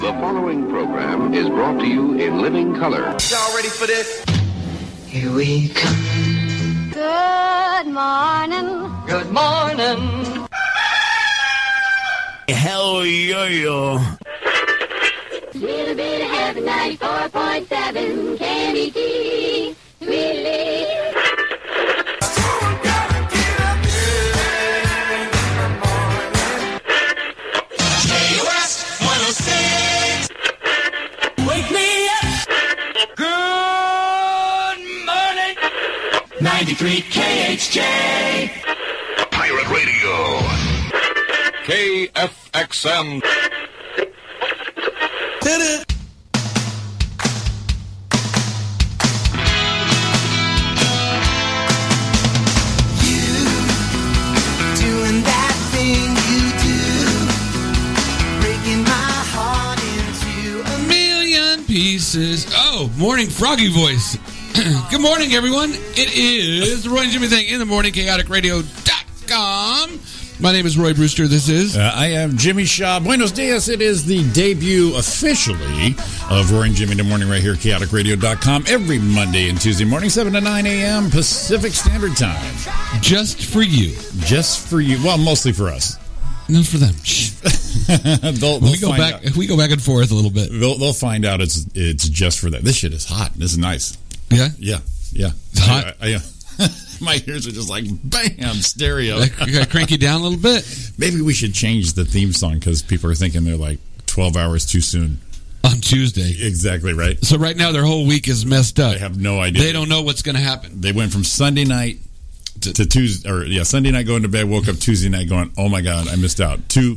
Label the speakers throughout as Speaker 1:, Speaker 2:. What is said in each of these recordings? Speaker 1: The following program is brought to you in living color.
Speaker 2: Y'all ready for this?
Speaker 3: Here we come.
Speaker 4: Good morning.
Speaker 3: Good morning.
Speaker 5: Hell yo yo.
Speaker 4: Little bit of heaven, 94.7. Candy T. Sweetly.
Speaker 5: oh Wake me up. Good morning. 93 KHJ.
Speaker 1: Pirate Radio. KFXM.
Speaker 6: Doing that thing you do, breaking my heart into a
Speaker 7: million pieces. Oh, morning froggy voice. Good morning, everyone. It is the Roy and Jimmy Thing in the morning, chaoticradio.com. My name is Roy Brewster. This is.
Speaker 8: Uh, I am Jimmy Shaw. Buenos dias. It is the debut officially of Roy and Jimmy in the Morning right here at chaoticradio.com every Monday and Tuesday morning, 7 to 9 a.m. Pacific Standard Time.
Speaker 7: Just for you.
Speaker 8: Just for you. Well, mostly for us.
Speaker 7: Not for them. Shh.
Speaker 8: they'll, they'll
Speaker 7: We go
Speaker 8: find
Speaker 7: back.
Speaker 8: Out.
Speaker 7: We go back and forth a little bit.
Speaker 8: They'll, they'll find out it's it's just for that. This shit is hot. This is nice.
Speaker 7: Yeah.
Speaker 8: Yeah. Yeah.
Speaker 7: It's hot?
Speaker 8: I- I- yeah. My ears are just like, bam, stereo.
Speaker 7: I, I gotta crank you down a little bit.
Speaker 8: Maybe we should change the theme song because people are thinking they're like 12 hours too soon.
Speaker 7: On Tuesday.
Speaker 8: Exactly, right?
Speaker 7: So right now their whole week is messed up.
Speaker 8: I have no idea.
Speaker 7: They don't know what's gonna happen.
Speaker 8: they went from Sunday night to, to Tuesday, or yeah, Sunday night going to bed, woke up Tuesday night going, oh my god, I missed out. Two,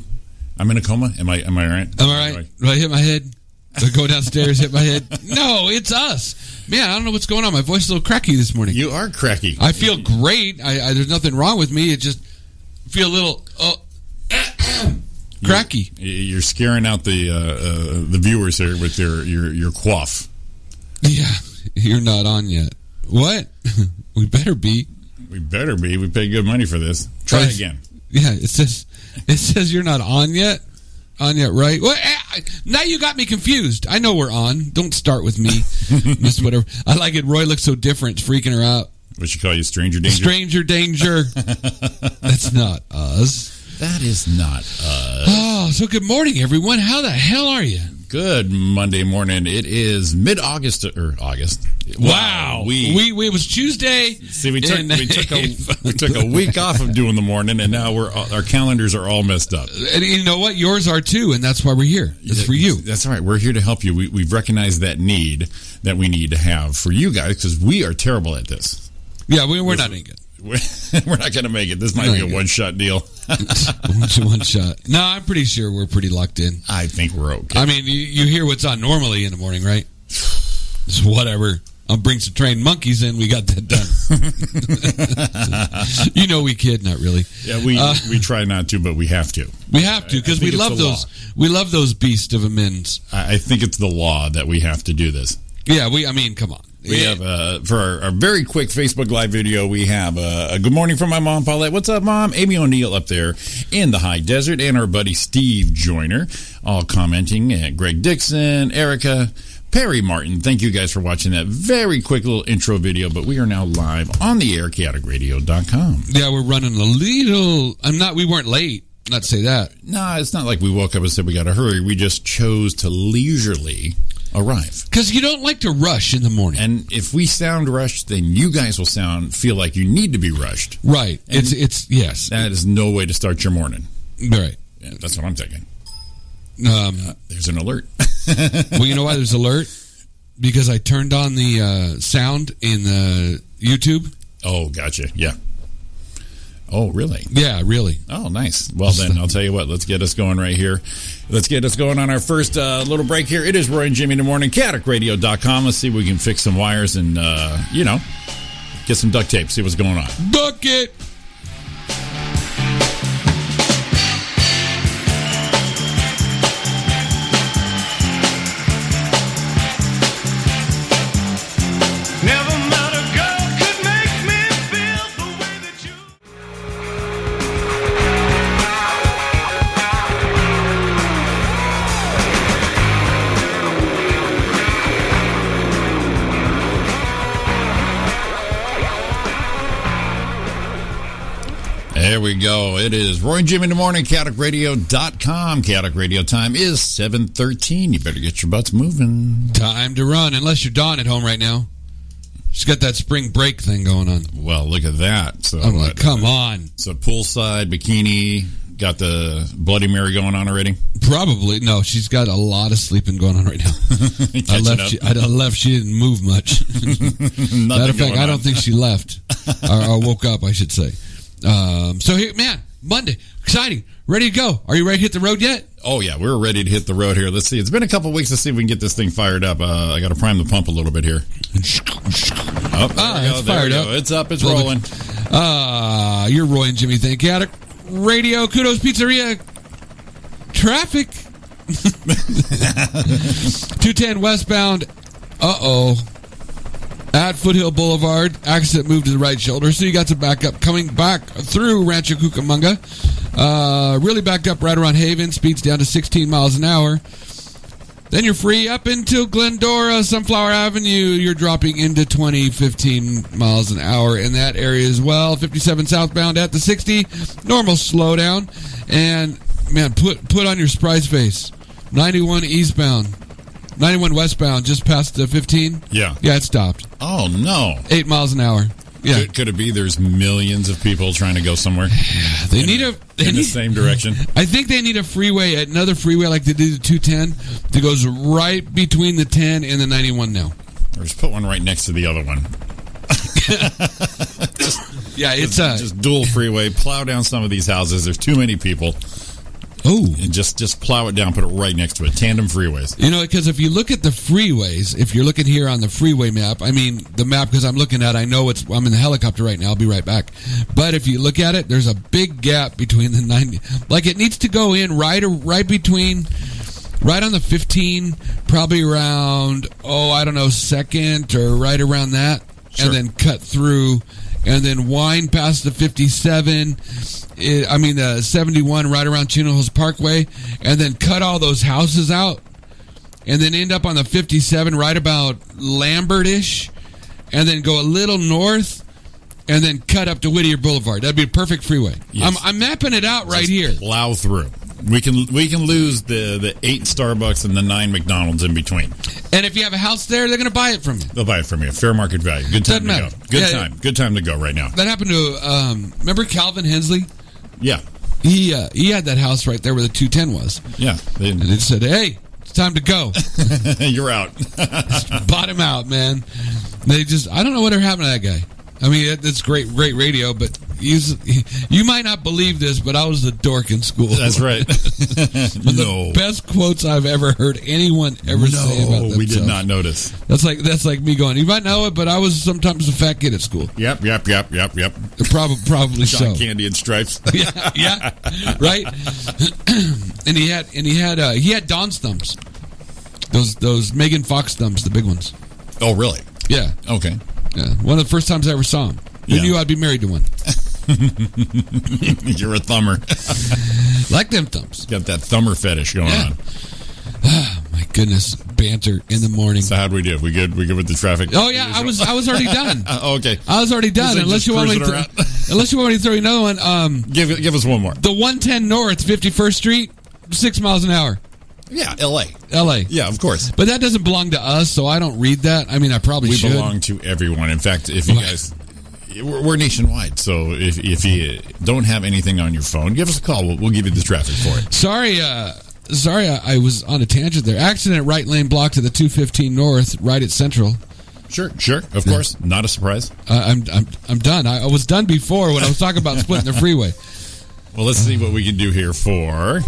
Speaker 8: I'm in a coma. Am I? Am I all right?
Speaker 7: Am I right? Do I hit my head? Do I go downstairs, hit my head? No, it's us. Man, I don't know what's going on. My voice is a little cracky this morning.
Speaker 8: You are cracky.
Speaker 7: I feel great. I, I there's nothing wrong with me. It just feel a little oh, cracky.
Speaker 8: Y- You're scaring out the uh, uh, the viewers here with your your your quaff.
Speaker 7: Yeah, you're not on yet. What? we better be.
Speaker 8: We better be. We paid good money for this. Try
Speaker 7: Right.
Speaker 8: again.
Speaker 7: Yeah, it says it says you're not on yet. On yet, right? Well, eh, I- now you got me confused. I know we're on. Don't start with me. Just whatever. I like it. Roy looks so different. It's freaking her out.
Speaker 8: What you call you stranger danger?
Speaker 7: Stranger danger. That's not us.
Speaker 8: that is not uh,
Speaker 7: Oh, so good morning, everyone. How the hell are you?
Speaker 8: good. Monday morning. It is mid August or August.
Speaker 7: Wow,
Speaker 8: we
Speaker 7: we, we it was Tuesday.
Speaker 8: See, we took,
Speaker 7: and-
Speaker 8: we, took a, we took a week off of doing the morning, and now we're our calendars are all messed up.
Speaker 7: And you know what? Yours are too, and that's why we're here. It's for you.
Speaker 8: That's all right. We're here to help you. We, we've recognized that need that we need to have for you guys because we are terrible at this.
Speaker 7: Yeah, we, we're not any good.
Speaker 8: We're, we're not going to make it. This might be a one shot deal.
Speaker 7: One- one shot. No, I'm pretty sure we're pretty locked in.
Speaker 8: I think we're okay.
Speaker 7: I mean, you, you hear what's on normally in the morning, right? It's whatever. I'll bring some trained monkeys in. We got that done. you know, we kid, not really.
Speaker 8: yeah, we
Speaker 7: Uh,
Speaker 8: we try not to, but we have to.
Speaker 7: We have to because
Speaker 8: I think
Speaker 7: we
Speaker 8: it's
Speaker 7: love
Speaker 8: the law.
Speaker 7: those. We love those beasts of amends.
Speaker 8: I, I think it's the law that we have to do this.
Speaker 7: Yeah, we. I mean, come on.
Speaker 8: We have uh, for our, our very quick Facebook Live video. We have uh, a good morning from my mom, Paulette. What's up, mom? Amy O'Neill up there in the high desert, and our buddy Steve Joyner, all commenting. And Greg Dixon, Erica, Perry Martin. Thank you guys for watching that very quick little intro video. But we are now live on the air, chaoticradio.com.
Speaker 7: Yeah, we're running a little. I'm not. We weren't late. Not to say that.
Speaker 8: Nah, it's not like we woke up and said we got to hurry. We just chose to leisurely arrive.
Speaker 7: Because you don't like to rush in the morning,
Speaker 8: And if we sound rushed, then you guys will sound feel like you need to be rushed.
Speaker 7: right? it's it's yes,
Speaker 8: That is no way to start your morning.
Speaker 7: right.
Speaker 8: Yeah, that's what I'm thinking.
Speaker 7: Um,
Speaker 8: There's an alert.
Speaker 7: well, you know why there's alert? Because I turned on the uh, sound in the YouTube.
Speaker 8: Oh, gotcha. Yeah. Oh, really?
Speaker 7: Yeah, really.
Speaker 8: Oh, nice. Well, then I'll tell you what. Let's get us going right here. Let's get us going on our first uh, little break here. It is Roy and Jimmy in the morning. CatticRadio.com. Let's see if we can fix some wires and uh, you know get some duct tape. See what's going on.
Speaker 7: Bucket.
Speaker 2: Never mind a girl could make me feel the way that you.
Speaker 8: There we go. It is Roy and Jim in the morning, chaoticradio.com. Chaotic Radio time is 713. You better get your butts moving.
Speaker 7: Time to run, unless you're Dawn at home right now. She's got that spring break thing going on.
Speaker 8: Well, look at that. So
Speaker 7: I'm like,
Speaker 8: uh,
Speaker 7: come on.
Speaker 8: So poolside bikini, got the Bloody Mary going on already.
Speaker 7: Probably no. She's got a lot of sleeping going on right now. I
Speaker 8: Catching
Speaker 7: left.
Speaker 8: up.
Speaker 7: She, I left. She didn't move much.
Speaker 8: Nothing
Speaker 7: Matter of fact,
Speaker 8: going
Speaker 7: I
Speaker 8: on.
Speaker 7: don't think she left or, or woke up. I should say. Um, so here, man, Monday, exciting, ready to go. Are you ready to hit the road yet?
Speaker 8: Oh yeah, we're ready to hit the road here. Let's see. It's been a couple weeks. Let's see if we can get this thing fired up. Uh, I got to prime the pump a little bit here. Oh, there
Speaker 7: Ah,
Speaker 8: we go,
Speaker 7: it's
Speaker 8: there
Speaker 7: fired
Speaker 8: we go.
Speaker 7: up.
Speaker 8: It's up. It's
Speaker 7: Little bit-
Speaker 8: rolling.
Speaker 7: Uh, you're Roy and Jimmy. Thank you. Attic Radio Kudos Pizzeria. Traffic. 210 westbound. Uh oh. At Foothill Boulevard, accident moved to the right shoulder, so you got some backup coming back through Rancho Cucamonga. Uh, really backed up right around Haven, speeds down to 16 miles an hour. Then you're free up into Glendora, Sunflower Avenue. You're dropping into 20, 15 miles an hour in that area as well. 57 southbound at the 60, normal slowdown. And man, put put on your surprise face. 91 eastbound, 91 westbound, just past the 15.
Speaker 8: Yeah.
Speaker 7: yeah, it stopped.
Speaker 8: Oh no.
Speaker 7: Eight miles an hour. Yeah,
Speaker 8: Could, could it be there's millions of people trying to go somewhere
Speaker 7: they need a. They
Speaker 8: in the
Speaker 7: need,
Speaker 8: same direction?
Speaker 7: I think they need a freeway, another freeway like they did the 210 that goes right between the 10 and the 91 now.
Speaker 8: Or just put one right next to the other one.
Speaker 7: Yeah, it's uh,
Speaker 8: just dual freeway. Plow down some of these houses. There's too many people,
Speaker 7: oh.
Speaker 8: and just just plow it down. Put it right next to it. Tandem freeways.
Speaker 7: You know, because if you look at the freeways, if you're looking here on the freeway map, I mean the map because I'm looking at, I know it's. I'm in the helicopter right now. I'll be right back. But if you look at it, there's a big gap between the 90. Like it needs to go in right or right between, right on the 15, probably around oh I don't know second or right around that,
Speaker 8: Sure.
Speaker 7: and then cut through. And then wind past the 57, it, I mean the 71, right around Chino Hills Parkway, and then cut all those houses out and then end up on the 57 right about Lambertish, and then go a little north, and then cut up to Whittier Boulevard. That'd be a perfect freeway.
Speaker 8: Yes.
Speaker 7: I'm, I'm mapping it out right
Speaker 8: Just
Speaker 7: here.
Speaker 8: Plow through. We can we can lose the the eight Starbucks and the nine McDonald's in between.
Speaker 7: And if you have a house there, they're going to buy it from you.
Speaker 8: They'll buy it from you. Fair market value. Good
Speaker 7: Doesn't
Speaker 8: time to
Speaker 7: matter.
Speaker 8: go. Good
Speaker 7: Yeah.
Speaker 8: time. Good time to go right now.
Speaker 7: That happened to um, remember Calvin Hensley.
Speaker 8: Yeah.
Speaker 7: He uh, he had that house right there where the 210 was,
Speaker 8: Yeah.
Speaker 7: and it said, "Hey, it's time to go."
Speaker 8: You're out.
Speaker 7: Bought him out, man. They just I don't know whatever happened to that guy. I mean, it, it's great, great radio, but he's, you might not believe this, but I was the dork in school.
Speaker 8: That's right. no.
Speaker 7: best quotes I've ever heard anyone ever say about
Speaker 8: No,
Speaker 7: themselves.
Speaker 8: we did not notice.
Speaker 7: That's like that's like me going. You might know it, but I was sometimes a fat kid at school.
Speaker 8: Yep, yep, yep, yep, yep.
Speaker 7: Probably, probably
Speaker 8: John
Speaker 7: so.
Speaker 8: Candy and Stripes.
Speaker 7: Yeah, yeah, right. and he had and he had uh, he had Don's thumbs. Those those Megan Fox thumbs, the big ones.
Speaker 8: oh, really?
Speaker 7: Yeah,
Speaker 8: Okay.
Speaker 7: yeah. One of the first times I ever saw him. Who
Speaker 8: Yeah.
Speaker 7: knew I'd be married to one?
Speaker 8: You're a thumber.
Speaker 7: Like them thumbs.
Speaker 8: Got that thumber fetish going
Speaker 7: Yeah.
Speaker 8: on.
Speaker 7: My goodness, banter in the morning.
Speaker 8: So how'd we do? We good? We good with the traffic?
Speaker 7: Oh yeah, I was I was already done.
Speaker 8: Uh, okay.
Speaker 7: I was already
Speaker 8: It's
Speaker 7: done.
Speaker 8: like
Speaker 7: Unless
Speaker 8: just
Speaker 7: you want me to,
Speaker 8: cruising around.
Speaker 7: unless you want me to throw you another one. Um,
Speaker 8: Give give us one more.
Speaker 7: the 110 North, 51st Street, six miles an hour,
Speaker 8: Yeah, L.A.
Speaker 7: L.A.
Speaker 8: Yeah, of course.
Speaker 7: But that doesn't belong to us, so I don't read that. I mean, I probably
Speaker 8: We
Speaker 7: should.
Speaker 8: belong to everyone. In fact, if you
Speaker 7: Right.
Speaker 8: guys, we're, we're nationwide. So if if you don't have anything on your phone, give us a call. We'll, we'll give you the traffic for it.
Speaker 7: Sorry, uh, sorry, I, I was on a tangent there. Accident right lane block to the 215 North, right at Central.
Speaker 8: Sure, sure. Of course, not a surprise.
Speaker 7: Uh, I'm, I'm I'm done. I, I was done before when I was talking about splitting the freeway.
Speaker 8: Well, let's see what we can do here for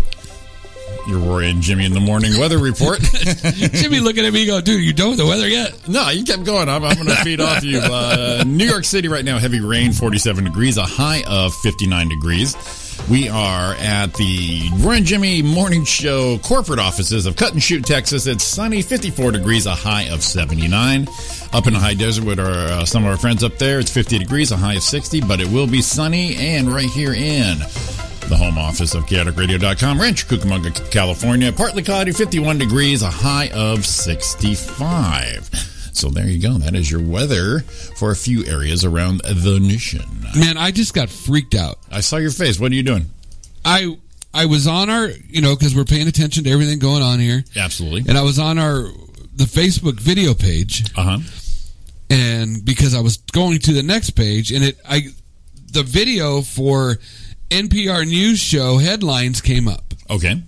Speaker 8: your Rory and Jimmy in the morning weather report.
Speaker 7: Jimmy looking at me, go, dude, you done with the weather yet?
Speaker 8: no, you kept going. I'm, I'm going to feed off you. Uh, New York City right now, heavy rain, 47 degrees, a high of 59 degrees. We are at the Roy and Jimmy Morning Show corporate offices of Cut and Shoot, Texas. It's sunny, 54 degrees, a high of 79. Up in the high desert with our, uh, some of our friends up there, it's 50 degrees, a high of 60, but it will be sunny. And right here in the home office of chaoticradio.com, Ranch Cucamonga, California. Partly cloudy, 51 degrees, a high of 65. So there you go. That is your weather for a few areas around the nation.
Speaker 7: Man, I just got freaked out.
Speaker 8: I saw your face. What are you doing?
Speaker 7: I I was on our, you know, because we're paying attention to everything going on here,
Speaker 8: Absolutely.
Speaker 7: and I was on our the Facebook video page,
Speaker 8: Uh huh.
Speaker 7: and because I was going to the next page, and it I the video for NPR news show headlines came up,
Speaker 8: Okay.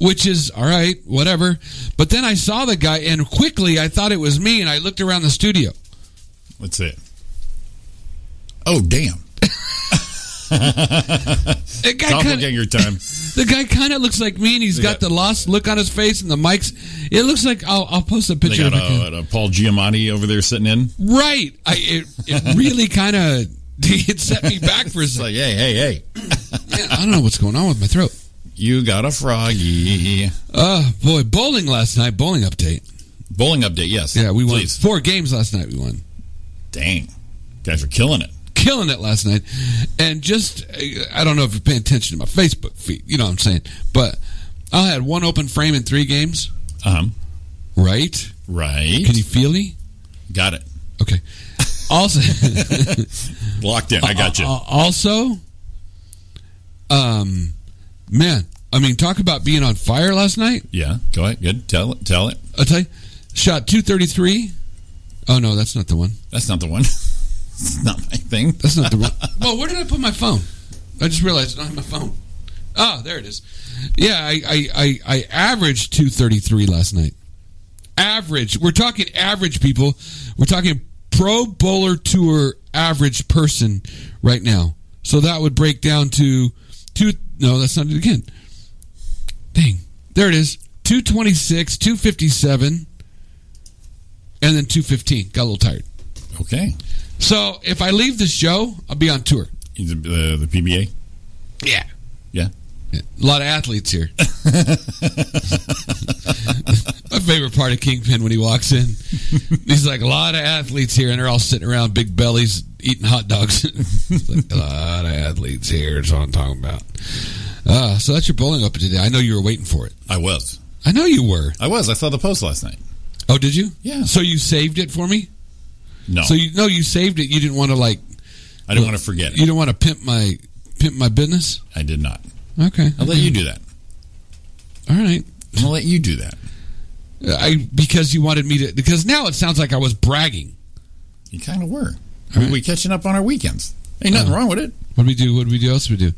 Speaker 7: which is all right, whatever. But then I saw the guy, and quickly I thought it was me, and I looked around the studio.
Speaker 8: Let's see it. Oh, damn.
Speaker 7: The guy kind
Speaker 8: Doppelganger time.
Speaker 7: the guy kind of looks like me, and he's got
Speaker 8: Yeah.
Speaker 7: the lost look on his face, and the mics. It looks like I'll, I'll post a
Speaker 8: They
Speaker 7: picture.
Speaker 8: got
Speaker 7: if I can.
Speaker 8: a, a Paul Giamatti over there sitting in.
Speaker 7: Right. I, it, it really kind of it set me back for a
Speaker 8: It's
Speaker 7: second.
Speaker 8: like, hey, hey, hey,
Speaker 7: Man, I don't know what's going on with my throat.
Speaker 8: you got a froggy.
Speaker 7: Oh boy, bowling last night. Bowling update.
Speaker 8: Bowling update, yes.
Speaker 7: Yeah, we won
Speaker 8: Please.
Speaker 7: four games last night. We won,
Speaker 8: Dang. Guys are killing it.
Speaker 7: killing it last night. And just uh, I don't know if you're paying attention to my Facebook feed. You know what I'm saying? But I had one open frame in three games.
Speaker 8: Um,
Speaker 7: Right?
Speaker 8: right.
Speaker 7: Can you feel me?
Speaker 8: got it.
Speaker 7: Okay. Also,
Speaker 8: Locked in. I got you.
Speaker 7: Uh, also, um, man, I mean, talk about being on fire last night.
Speaker 8: Yeah. Go ahead. Good. Tell it. Tell it.
Speaker 7: I'll tell you. Shot 233. Oh, no, that's not the one.
Speaker 8: That's not the one. it's not my thing.
Speaker 7: That's not the one. well, where did I put my phone? I just realized I don't have my phone. Ah, there it is. Yeah, I, I, I, I averaged 233 last night. Average. We're talking average people. We're talking pro bowler tour average person right now. So that would break down to two. No, that's not it again. Dang. There it is. 226, 257, and then 215. Got a little tired.
Speaker 8: Okay.
Speaker 7: So if I leave the show, I'll be on tour.
Speaker 8: The, uh, the, the PBA.
Speaker 7: Yeah.
Speaker 8: Yeah.
Speaker 7: A lot of athletes here. My favorite part of Kingpin when he walks in, he's like, a lot of athletes here, and they're all sitting around big bellies eating hot dogs. It's like, a lot of athletes here is what I'm talking about. Uh, so that's your bowling up today. I know you were waiting for it.
Speaker 8: I was.
Speaker 7: I know you were.
Speaker 8: I was. I saw the post last night.
Speaker 7: Oh, did you?
Speaker 8: Yeah.
Speaker 7: So you saved it for me?
Speaker 8: No.
Speaker 7: So you no, you saved it. You didn't want to like
Speaker 8: I didn't want to forget it.
Speaker 7: you don't want to pimp my pimp my business?
Speaker 8: I did not.
Speaker 7: Okay.
Speaker 8: I'll let you do that.
Speaker 7: All right.
Speaker 8: I'll let you do that.
Speaker 7: I because you wanted me to because now it sounds like I was bragging.
Speaker 8: You kind of were. I mean, we catching up on our weekends. Ain't nothing
Speaker 7: Uh-huh.
Speaker 8: wrong with it.
Speaker 7: What did we do? What did we do? Else did we do?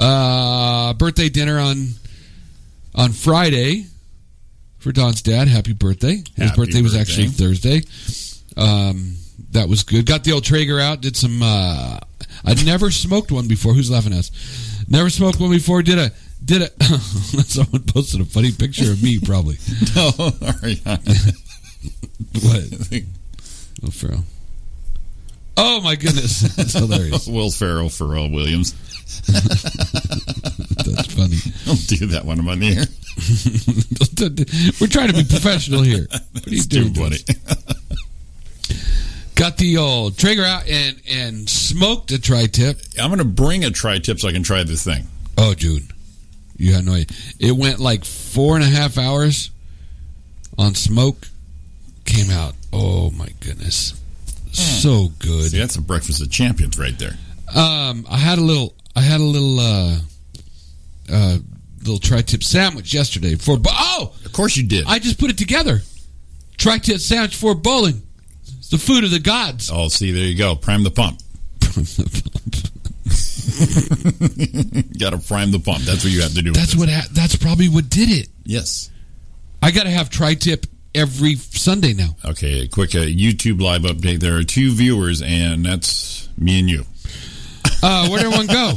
Speaker 7: Uh, birthday dinner on on Friday for Don's dad. Happy birthday! His
Speaker 8: Happy
Speaker 7: birthday, was
Speaker 8: birthday.
Speaker 7: actually Thursday. Um, that was good. Got the old Traeger out. Did some. Uh, I'd never smoked one before. Who's laughing at us? Never smoked one before. Did a did a. someone posted a funny picture of me. Probably
Speaker 8: No. all right.
Speaker 7: what? Will Ferrell. Oh my goodness! That's hilarious.
Speaker 8: Will Ferrell, Pharrell Williams.
Speaker 7: That's funny.
Speaker 8: Don't do that when I'm on the air.
Speaker 7: We're trying to be professional here. What are you doing, to us? Got the old trigger out and and smoked a tri-tip.
Speaker 8: I'm going to bring a tri-tip so I can try this thing.
Speaker 7: Oh, dude, you had no idea. It went like four and a half hours on smoke. Came out. Oh my goodness, so good.
Speaker 8: See, that's a breakfast of champions right there.
Speaker 7: Um, I had a little, I had a little, uh, uh, little tri-tip sandwich yesterday for. But oh,
Speaker 8: Of course you did.
Speaker 7: I just put it together. Tri-tip sandwich for bowling. It's the food of the gods.
Speaker 8: oh, see, there you go. Prime the pump. Got to prime the pump. That's what you have to do. with
Speaker 7: That's
Speaker 8: this.
Speaker 7: what. Ha- that's probably what did it.
Speaker 8: Yes.
Speaker 7: I got to have tri-tip every Sunday now.
Speaker 8: Okay. a Quick uh, YouTube live update. There are two viewers, and that's me and you.
Speaker 7: Uh, where'd everyone go?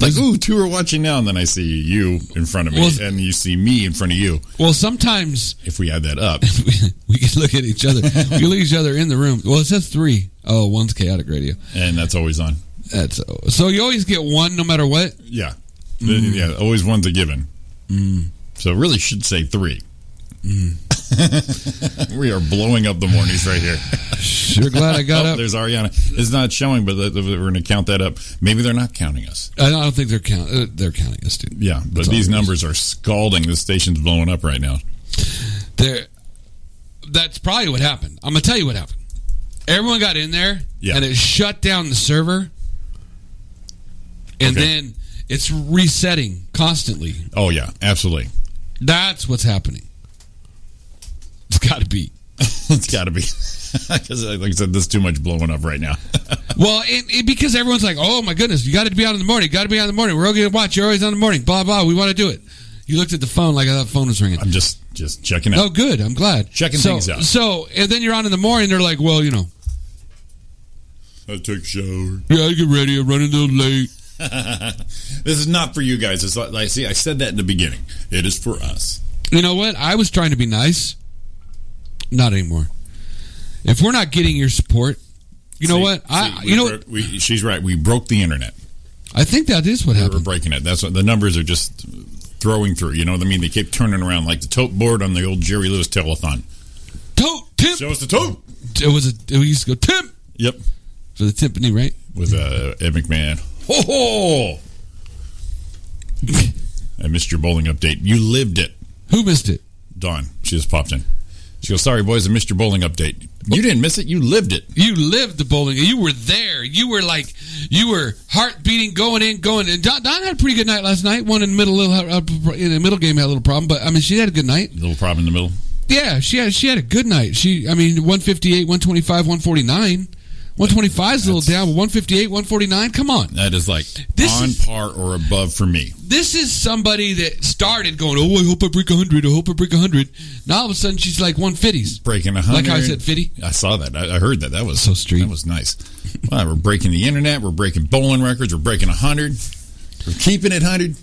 Speaker 8: Like, ooh, two are watching now, and then I see you in front of me,
Speaker 7: Well-
Speaker 8: and you see me in front of you.
Speaker 7: Well, sometimes
Speaker 8: If we add that up,
Speaker 7: we, we can look at each other. We can look at each other in the room. Well, it says three. Oh, one's chaotic radio.
Speaker 8: and that's always on.
Speaker 7: That's so you always get one no matter what.
Speaker 8: Yeah. The-
Speaker 7: Mm.
Speaker 8: Yeah, always one's a given. So really should say three.
Speaker 7: Mm.
Speaker 8: we are blowing up the mornings right here.
Speaker 7: Sure, glad I got
Speaker 8: oh,
Speaker 7: up.
Speaker 8: there's Ariana. It's not showing, but that- that we're going to count that up. Maybe they're not counting us.
Speaker 7: I don't think they're count. Uh, they're counting us, dude.
Speaker 8: Yeah, but
Speaker 7: all
Speaker 8: these
Speaker 7: it is.
Speaker 8: numbers are scalding. The station's blowing up right now.
Speaker 7: They're that's probably what happened. I'm gonna tell you what happened. Everyone got in there,
Speaker 8: Yeah.
Speaker 7: and it shut down the server, and
Speaker 8: Okay.
Speaker 7: then it's resetting constantly.
Speaker 8: Oh yeah, absolutely.
Speaker 7: That's what's happening. It's got to be.
Speaker 8: it's got to be because, like I said, there's too much blowing up right now.
Speaker 7: Well, it, it, because everyone's like, "Oh my goodness, you got to be out in the morning. Got to be out in the morning. We're all going to watch. You're always on the morning. Blah blah. We want to do it." You looked at the phone like "Oh, that phone was ringing.
Speaker 8: I'm just just checking out.
Speaker 7: Oh, good. I'm glad.
Speaker 8: Checking
Speaker 7: so,
Speaker 8: things out.
Speaker 7: So, and then you're on in the morning. They're like, "Well, you know,
Speaker 8: I took a shower.
Speaker 7: yeah, I get ready. I'm running a little late."
Speaker 8: this is not for you guys. It's like, like see, I said that in the beginning. It is for us.
Speaker 7: You know what? I was trying to be nice. Not anymore. If we're not getting your support, you know
Speaker 8: See,
Speaker 7: what? I
Speaker 8: see, we
Speaker 7: you know what?
Speaker 8: broke- we, she's right. We broke the internet.
Speaker 7: I think that is what
Speaker 8: We We're
Speaker 7: happened.
Speaker 8: breaking it. That's what the numbers are just throwing through. You know what I mean? They keep turning around like the tote board on the old Jerry Lewis telethon.
Speaker 7: Tote Tim.
Speaker 8: Show us the tote.
Speaker 7: It was a. We used to go Tim
Speaker 8: Yep,
Speaker 7: for the timpani, right?
Speaker 8: with uh, Ed McMahon. Ho ho! I missed your bowling update. You lived it.
Speaker 7: Who missed it?
Speaker 8: Dawn, she just popped in. She goes, sorry, boys, I missed your bowling update. You didn't miss it. You lived it.
Speaker 7: You lived the bowling. You were there. You were like, you were heart beating, going in, going in. Don, Don had a pretty good night last night. One in the middle, little uh, in the middle game had a little problem, but I mean, she had a good night.
Speaker 8: Little problem in the middle.
Speaker 7: Yeah, she had she had a good night. She, I mean, one fifty eight, one twenty five, one forty nine. 125 is a little down, but 158, 149. Come on,
Speaker 8: That is like
Speaker 7: This
Speaker 8: on
Speaker 7: is-
Speaker 8: par or above for me.
Speaker 7: this is somebody that started going. Oh, I hope I break 100. I hope I break 100. Now all of a sudden she's like 150s.
Speaker 8: Breaking a hundred.
Speaker 7: Like how I said 50.
Speaker 8: I saw that. I, I heard that. That was
Speaker 7: So street.
Speaker 8: That was nice. Wow, we're breaking the internet. We're breaking bowling records. We're breaking a hundred. We're keeping it hundred.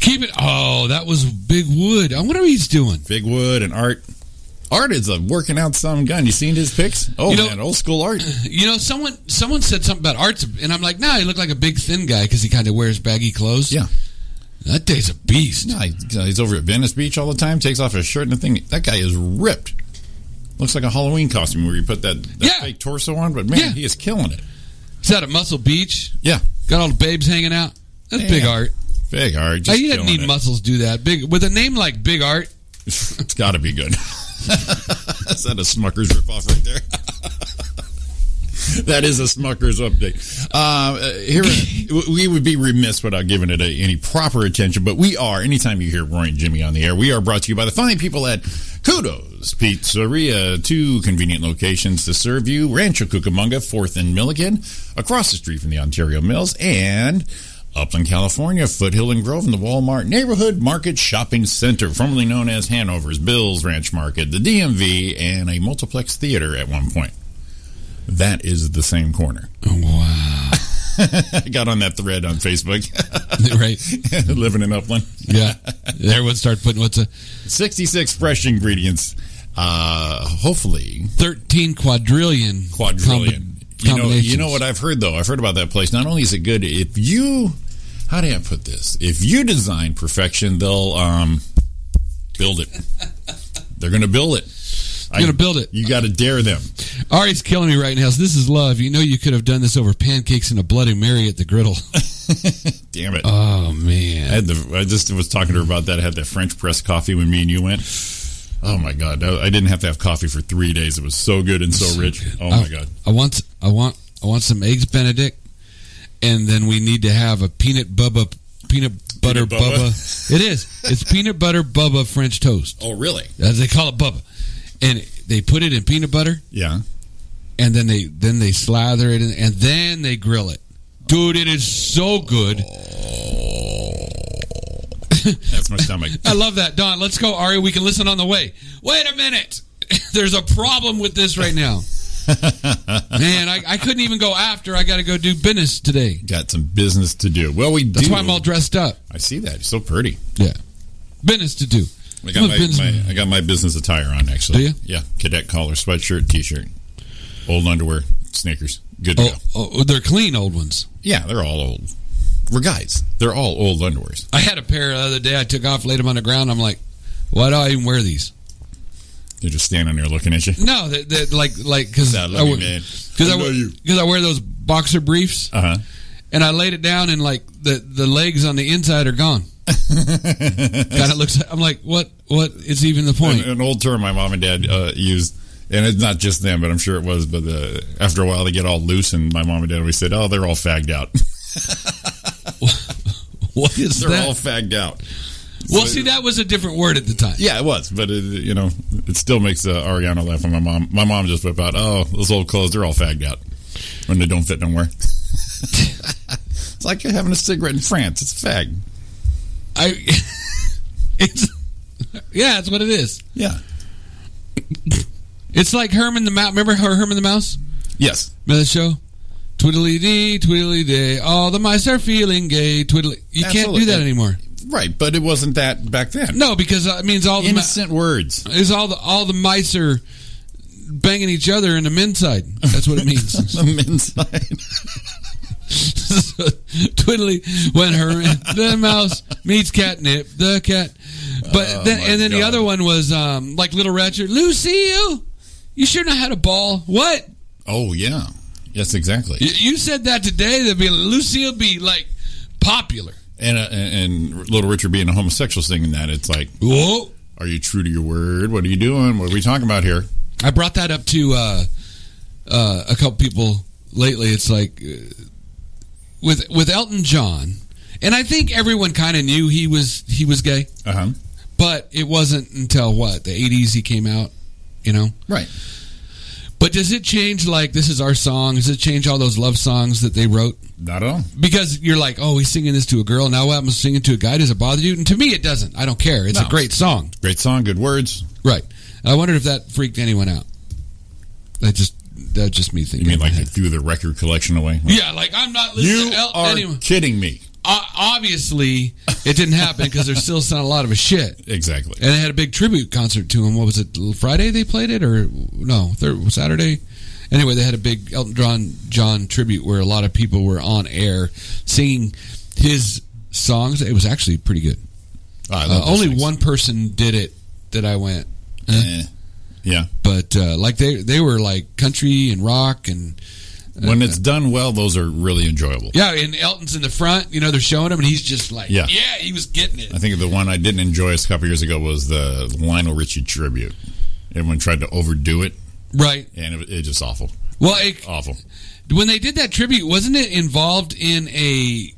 Speaker 7: Keep it. Oh, that was Big Wood. I wonder what he's doing.
Speaker 8: Big Wood and Art. Art is a working out some gun. You seen his pics? Oh
Speaker 7: You know-
Speaker 8: man, old school art.
Speaker 7: You know, someone someone said something about arts, and I'm like, nah, he looked like a big thin guy because he kind of wears baggy clothes.
Speaker 8: Yeah.
Speaker 7: that day's a beast.
Speaker 8: No, he- he's over at Venice Beach all the time. Takes off his shirt and the thing. That guy is ripped. Looks like a Halloween costume where you put that, that
Speaker 7: Yeah.
Speaker 8: fake torso on, but man,
Speaker 7: Yeah.
Speaker 8: he is killing it.
Speaker 7: He's out at Muscle Beach.
Speaker 8: Yeah,
Speaker 7: Got all the babes hanging out. That's big
Speaker 8: Yeah.
Speaker 7: art.
Speaker 8: big art. Just
Speaker 7: Hey, Oh, you didn't
Speaker 8: killing
Speaker 7: need
Speaker 8: it.
Speaker 7: muscles do that. Big with a name like Big Art.
Speaker 8: It's got to be good. is that a Smucker's ripoff right there? that is a Smucker's update. Uh, uh, here, we- we would be remiss without giving it a, any proper attention, but we are. Anytime you hear Roy and Jimmy on the air, we are brought to you by the fine people at Kudos Pizzeria, two convenient locations to serve you: Rancho Cucamonga, Fourth and Milligan, across the street from the Ontario Mills, and. Upland, California, Foothill and Grove in the Walmart Neighborhood Market Shopping Center, formerly known as Hanover's Bills Ranch Market, the DMV, and a multiplex theater at one point. That is the same corner.
Speaker 7: Oh, Wow.
Speaker 8: I got on that thread on Facebook,
Speaker 7: right.
Speaker 8: living in Upland.
Speaker 7: Yeah. Everyone start putting what's a
Speaker 8: 66 fresh ingredients. Uh, hopefully,
Speaker 7: thirteen quadrillion
Speaker 8: quadrillion.
Speaker 7: combi-
Speaker 8: you know, you know
Speaker 7: combinations.
Speaker 8: what I've heard though. I've heard about that place. Not only is it good, if you, how do I put this? If you design perfection, they'll um, build it. They're going to build it.
Speaker 7: They're gonna build it.
Speaker 8: You got to dare them.
Speaker 7: Ari's killing me right now. This is love. You know you could have done this over pancakes and a Bloody Mary at the griddle.
Speaker 8: Damn it.
Speaker 7: Oh
Speaker 8: I
Speaker 7: man.
Speaker 8: had the. I just was talking to her about that. I had that French press coffee when me and you went. Oh my god! I I didn't have to have coffee for three days. It was so good and so rich. Oh my
Speaker 7: I-
Speaker 8: god!
Speaker 7: I want I want I want some eggs Benedict, and then we need to have a peanut bubba peanut butter
Speaker 8: Peanut bubba?
Speaker 7: bubba. It is. It's peanut butter bubba French toast.
Speaker 8: Oh really?
Speaker 7: As they call it bubba, and they put it in peanut butter,
Speaker 8: Yeah.
Speaker 7: and then they then they slather it, in, and then they grill it. Dude, it is so good.
Speaker 8: That's my stomach.
Speaker 7: I love that, Don. Let's go, Ari. We can listen on the way. Wait a minute. There's a problem with this right now. Man, I, I couldn't even go after. I got to go do business today.
Speaker 8: Got some business to do. Well, we
Speaker 7: That's
Speaker 8: do.
Speaker 7: why I'm all dressed up.
Speaker 8: I see that. You're so pretty.
Speaker 7: Yeah. Business to do.
Speaker 8: I
Speaker 7: I'm
Speaker 8: got
Speaker 7: a
Speaker 8: my,
Speaker 7: business-
Speaker 8: my I got my business attire on actually.
Speaker 7: Do you?
Speaker 8: Yeah. Cadet collar, sweatshirt, t-shirt, old underwear, sneakers. Good to
Speaker 7: Oh,
Speaker 8: go.
Speaker 7: oh, they're clean old ones.
Speaker 8: Yeah, they're all old. We're guys. They're all old underwears.
Speaker 7: I had a pair the other day. I took off, laid them on the ground. I'm like, why do I even wear these?
Speaker 8: They're just standing there looking at you.
Speaker 7: No, they, they, like, like, because
Speaker 8: I love you, man.
Speaker 7: Because
Speaker 8: I
Speaker 7: I,
Speaker 8: love you.
Speaker 7: because I wear those boxer briefs,
Speaker 8: Uh huh.
Speaker 7: and I laid it down, and like the the legs on the inside are gone. kind of looks. I'm like, what? What is even the
Speaker 8: An,
Speaker 7: point?
Speaker 8: an old term my mom and dad uh, used, and it's not just them, but I'm sure it was. But uh, after a while, they get all loose, and my mom and dad always said, "Oh, they're all fagged out.
Speaker 7: What is
Speaker 8: they're all
Speaker 7: that?
Speaker 8: fagged out."
Speaker 7: Well, see, that was a different word at the time.
Speaker 8: Yeah, it was, but it, you know, it still makes uh, Ariana laugh. When my mom, my mom just whip out, "Oh, those old clothes, they're all fagged out when they don't fit no more." it's like you're having a cigarette in France. It's fag.
Speaker 7: I. it's. Yeah, that's what it is.
Speaker 8: Yeah.
Speaker 7: It's like Herman the Mouse. Remember her, Herman the Mouse?
Speaker 8: Yes.
Speaker 7: Remember that show? Twiddly dee, twiddly day. All the mice are feeling gay. Twiddly. You can't
Speaker 8: Absolutely.
Speaker 7: do that anymore.
Speaker 8: Right, but it wasn't that back then.
Speaker 7: No, because uh, it means all the mi-
Speaker 8: Innocent words.
Speaker 7: is all the all the mice are banging each other in the men's side. That's what it means.
Speaker 8: The men's side.
Speaker 7: Twiddly when her the mouse meets catnip, the cat. But then,
Speaker 8: Oh my
Speaker 7: and then the
Speaker 8: God.
Speaker 7: other one was um, like Little Ratchet, Lucille. You sure know how to ball. What
Speaker 8: Oh yeah. Yes, exactly.
Speaker 7: Y- you said that today? That'd be Lucille be like popular.
Speaker 8: And uh, and and little Richard being a homosexual singing that, it's like,
Speaker 7: Whoa!
Speaker 8: are you true to your word? What are you doing? What are we talking about here?
Speaker 7: I brought that up to uh, uh, a couple people lately. It's like uh, with with Elton John, and I think everyone kind of knew he was he was gay,
Speaker 8: Uh huh.
Speaker 7: but it wasn't until what the eighties he came out, you know.
Speaker 8: Right.
Speaker 7: But does it change like this is our song? Does it change all those love songs that they wrote?
Speaker 8: Not at all.
Speaker 7: Because you're like, oh, he's singing this to a girl. Now what happens singing to a guy? Does it bother you? And to me, it doesn't. I don't care. It's
Speaker 8: No.
Speaker 7: a great song,
Speaker 8: Great song, good words.
Speaker 7: right? I wondered if that freaked anyone out. That just that's just me thinking.
Speaker 8: You mean
Speaker 7: in my
Speaker 8: like
Speaker 7: head.
Speaker 8: they threw the record collection away?
Speaker 7: Yeah, like I'm not listening
Speaker 8: You
Speaker 7: to El-
Speaker 8: are
Speaker 7: anyone.
Speaker 8: kidding me.
Speaker 7: O- obviously, it didn't happen because there's still sound a lot of a shit.
Speaker 8: Exactly.
Speaker 7: And they had a big tribute concert to him. What was it? Friday they played it, or no, thir- Saturday. Anyway, they had a big Elton John, John tribute where a lot of people were on air singing his songs. It was actually pretty good.
Speaker 8: Oh, I
Speaker 7: Uh,
Speaker 8: love those
Speaker 7: only
Speaker 8: things.
Speaker 7: one person did it that I went,
Speaker 8: Eh. Yeah.
Speaker 7: but uh, like they they were like country and rock and
Speaker 8: When it's done well, those are really enjoyable.
Speaker 7: Yeah, and Elton's in the front. You know, they're showing him, and he's just like,
Speaker 8: Yeah. Uh,
Speaker 7: yeah, he was getting it.
Speaker 8: I think the one I didn't enjoy a couple years ago was the Lionel Richie tribute. Everyone tried to overdo it,
Speaker 7: Right.
Speaker 8: and it, it just awful,
Speaker 7: Well, it,
Speaker 8: awful.
Speaker 7: when they did that tribute, wasn't it involved in a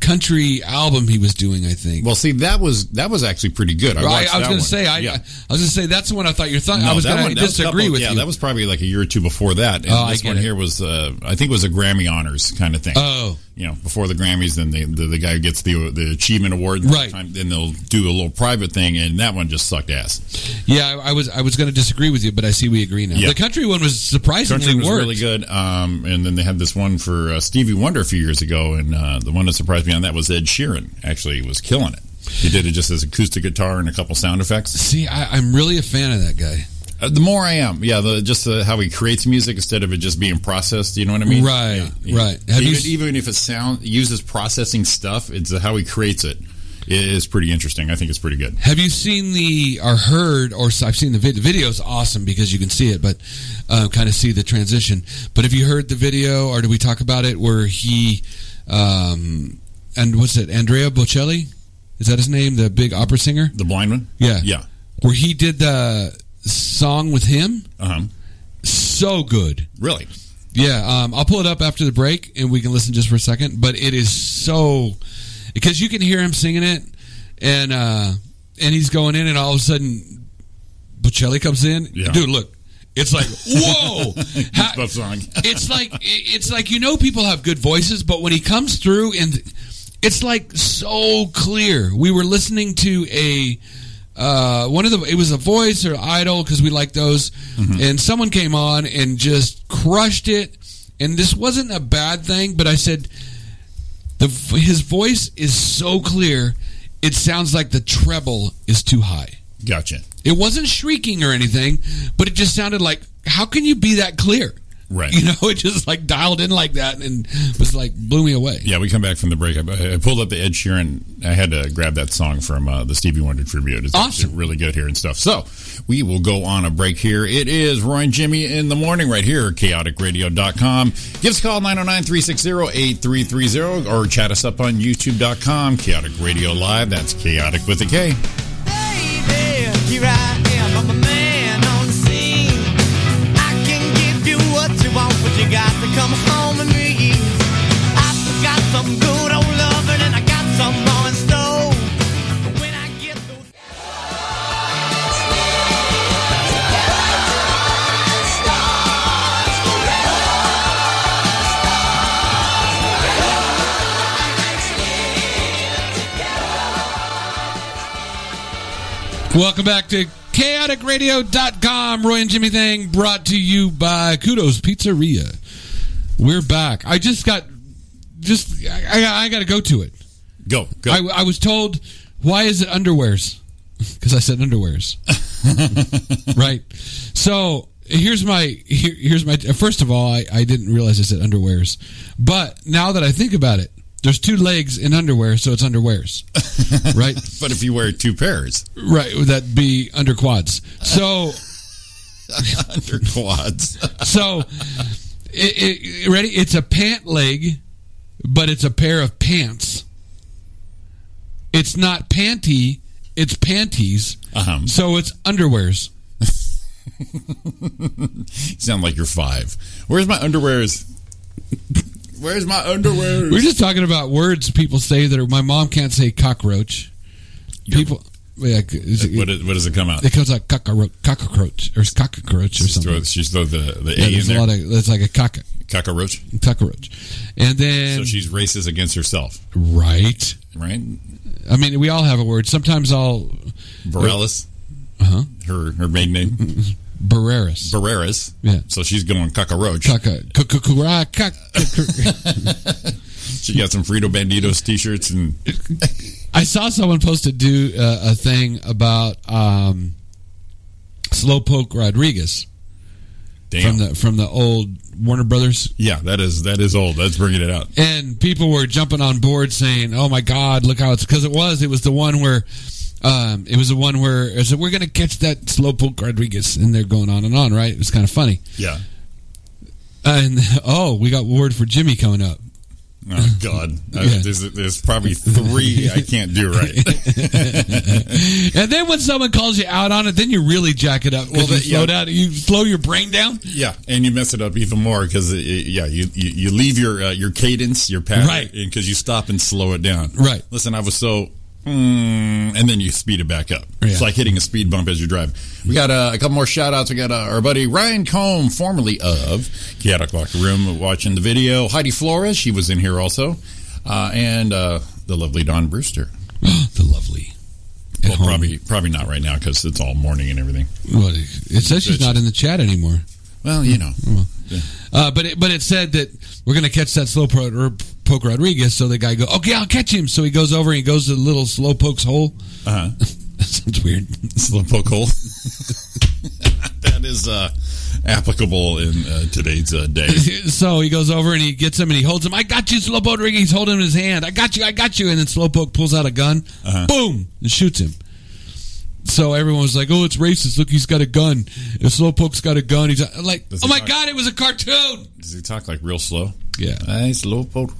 Speaker 7: country album he was doing? I think.
Speaker 8: Well, see, that was that was actually pretty good. I,
Speaker 7: I, I
Speaker 8: watched
Speaker 7: was
Speaker 8: that
Speaker 7: going
Speaker 8: one.
Speaker 7: to say, I,
Speaker 8: yeah.
Speaker 7: I was going to say that's the one I thought you thought.
Speaker 8: No,
Speaker 7: I was
Speaker 8: that one-
Speaker 7: going to
Speaker 8: that was a
Speaker 7: disagree
Speaker 8: couple-
Speaker 7: with
Speaker 8: yeah,
Speaker 7: you.
Speaker 8: that was probably like a year or two before that. And
Speaker 7: Oh, I
Speaker 8: this
Speaker 7: get
Speaker 8: one
Speaker 7: it.
Speaker 8: here was, uh, I think, it was a Grammy honors kind of thing.
Speaker 7: oh,
Speaker 8: you know, before the Grammys, then the the, the guy gets the the achievement award,
Speaker 7: Right.
Speaker 8: Then they'll do a little private thing, and that one just sucked ass.
Speaker 7: yeah. I, I was I was going to disagree with you, but I see we agree now.
Speaker 8: Yeah.
Speaker 7: The country one was surprisingly
Speaker 8: Country was
Speaker 7: worked.
Speaker 8: really good, um, and then they had this one for uh, Stevie Wonder a few years ago, and uh, the one that surprised me on that was Ed Sheeran. Actually, was killing it. He did it just as acoustic guitar and a couple sound effects.
Speaker 7: See, I, I'm really a fan of that guy.
Speaker 8: Uh, the more I am, yeah, the, just uh, how he creates music instead of it just being processed. You know what I mean?
Speaker 7: Right,
Speaker 8: Yeah. Yeah.
Speaker 7: right. Have you
Speaker 8: even,
Speaker 7: s-
Speaker 8: even if it sound uses processing stuff, it's uh, how he creates it. It is pretty interesting. I think it's pretty good.
Speaker 7: Have you seen the or heard or s- I've seen the video. The video's awesome because you can see it, but uh, kind of see the transition. But have you heard the video or did we talk about it where he um, and what's it? Andrea Bocelli is that his name? The big opera singer.
Speaker 8: The blind one.
Speaker 7: Yeah.
Speaker 8: Yeah.
Speaker 7: Where he did the song with him.
Speaker 8: Uh huh.
Speaker 7: So good.
Speaker 8: Really?
Speaker 7: Yeah, um, I'll pull it up after the break and we can listen just for a second. But it is so because you can hear him singing it, and uh, and he's going in, and all of a sudden, Bocelli comes in.
Speaker 8: Yeah.
Speaker 7: Dude, look, it's like whoa! How-
Speaker 8: Goosebumps song.
Speaker 7: it's like it's like you know people have good voices, but when he comes through and it's like so clear. We were listening to a uh, one of the it was a voice or idol because we like those, and someone came on and just crushed it. And this wasn't a bad thing, but I said the his voice is so clear. It sounds like the treble is too high.
Speaker 8: Gotcha.
Speaker 7: It wasn't shrieking or anything, but it just sounded like how can you be that clear?
Speaker 8: Right.
Speaker 7: You know, it just like dialed in like that and was like blew me away.
Speaker 8: Yeah, we come back from the break. I, I pulled up the Ed Sheeran. I had to grab that song from uh, the Stevie Wonder tribute. It's
Speaker 7: Awesome.
Speaker 8: actually really good here and stuff. So we will go on a break here. It is Roy and Jimmy in the morning right here, chaoticradio.com. Give us a call 909-360-8330 or chat us up on youtube.com, chaotic radio live. That's chaotic with a K.
Speaker 6: Baby,
Speaker 7: Welcome back to chaoticradio.com. Roy and Jimmy Thing brought to you by Kudos Pizzeria. We're back. I just got, just, I, I, I got to go to it.
Speaker 8: Go, go.
Speaker 7: I, I was told, why is it underwears? Because I said underwears. right. So here's my here, here's my. First of all, I, I didn't realize I said underwears, but now that I think about it, there's two legs in underwear, so it's underwears. right.
Speaker 8: but if you wear two pairs,
Speaker 7: Right. Would that be under quads? So
Speaker 8: under quads.
Speaker 7: so it, it, ready? It's a pant leg, but it's a pair of pants. It's not panty. It's panties.
Speaker 8: Um,
Speaker 7: So it's underwears.
Speaker 8: you sound like you're five. Where's my underwears? Where's my underwears?
Speaker 7: We're just talking about words people say that are, my mom can't say cockroach.
Speaker 8: Your-
Speaker 7: people, yeah, is it,
Speaker 8: what, is, what does it come out?
Speaker 7: it comes out cockroach, cockroach, or cockroach or
Speaker 8: Just
Speaker 7: something.
Speaker 8: throw, she's throw the, the
Speaker 7: Yeah,
Speaker 8: A in
Speaker 7: there's a
Speaker 8: there.
Speaker 7: lot of that's like a cock,
Speaker 8: Cockroach.
Speaker 7: cockroach, and then
Speaker 8: So she's racist against herself,
Speaker 7: right.
Speaker 8: right?
Speaker 7: I mean, we all have a word. Sometimes I'll
Speaker 8: Bareilles.
Speaker 7: Uh-huh.
Speaker 8: Her her maiden name
Speaker 7: Barreras.
Speaker 8: Barreras.
Speaker 7: Yeah.
Speaker 8: So she's going cockroach.
Speaker 7: Kaka- kukukura- kak-
Speaker 8: She got some Frito Banditos t-shirts and
Speaker 7: I saw someone post a do uh, a thing about um, Slowpoke Rodriguez
Speaker 8: damn.
Speaker 7: from the from the old Warner Brothers,
Speaker 8: yeah, that is that is old. That's bringing it out.
Speaker 7: and people were jumping on board saying, "Oh my God, look how it's!" Because it was it was the one where. Um, it was the one where it said, we're going to catch that slowpoke Rodriguez, and they're going on and on, right? It was kind of funny.
Speaker 8: Yeah.
Speaker 7: And oh, we got word for Jimmy coming up.
Speaker 8: Oh God. Uh,
Speaker 7: Yeah.
Speaker 8: there's, there's probably three I can't do right.
Speaker 7: And then when someone calls you out on it, then you really jack it up. Well,
Speaker 8: Well,
Speaker 7: you
Speaker 8: that-
Speaker 7: slow
Speaker 8: yeah.
Speaker 7: down, you slow your brain down.
Speaker 8: yeah, and you mess it up even more because yeah, you, you you leave your uh, your cadence, your pattern,
Speaker 7: Right.
Speaker 8: Because you stop and slow it down.
Speaker 7: Right.
Speaker 8: Listen, I was so. Mm, and then you speed it back up.
Speaker 7: Yeah.
Speaker 8: It's like hitting a speed bump as you drive. We got uh, a couple more shout outs. We got uh, our buddy Ryan Combe, formerly of Chaotic Locker Room, watching the video. Heidi Flores, she was in here also. Uh, and uh, the lovely Don Brewster.
Speaker 7: The lovely.
Speaker 8: Well, probably probably not right now because it's all morning and everything.
Speaker 7: Well, it says she's not in the chat anymore.
Speaker 8: Well, you know.
Speaker 7: Uh, but it, but it said that we're going to catch that slow pro, or poke Rodriguez. So the guy go, okay, I'll catch him. So he goes over and he goes to the little slow poke's hole.
Speaker 8: Uh-huh.
Speaker 7: That sounds weird.
Speaker 8: Slowpoke hole. that is uh, applicable in uh, today's uh, day.
Speaker 7: so he goes over and he gets him and he holds him. I got you, slow poke Rodriguez. He's holding him in his hand. I got you. I got you. And then slow poke pulls out a gun.
Speaker 8: Uh-huh.
Speaker 7: Boom and shoots him. So everyone was like, "Oh, it's racist! Look, he's got a gun. If Slowpoke's got a gun, he's like,
Speaker 8: Does
Speaker 7: oh
Speaker 8: he
Speaker 7: my
Speaker 8: talk-
Speaker 7: god, it was a cartoon!"
Speaker 8: Does he talk like real slow?
Speaker 7: Yeah,
Speaker 8: Hey, Slowpoke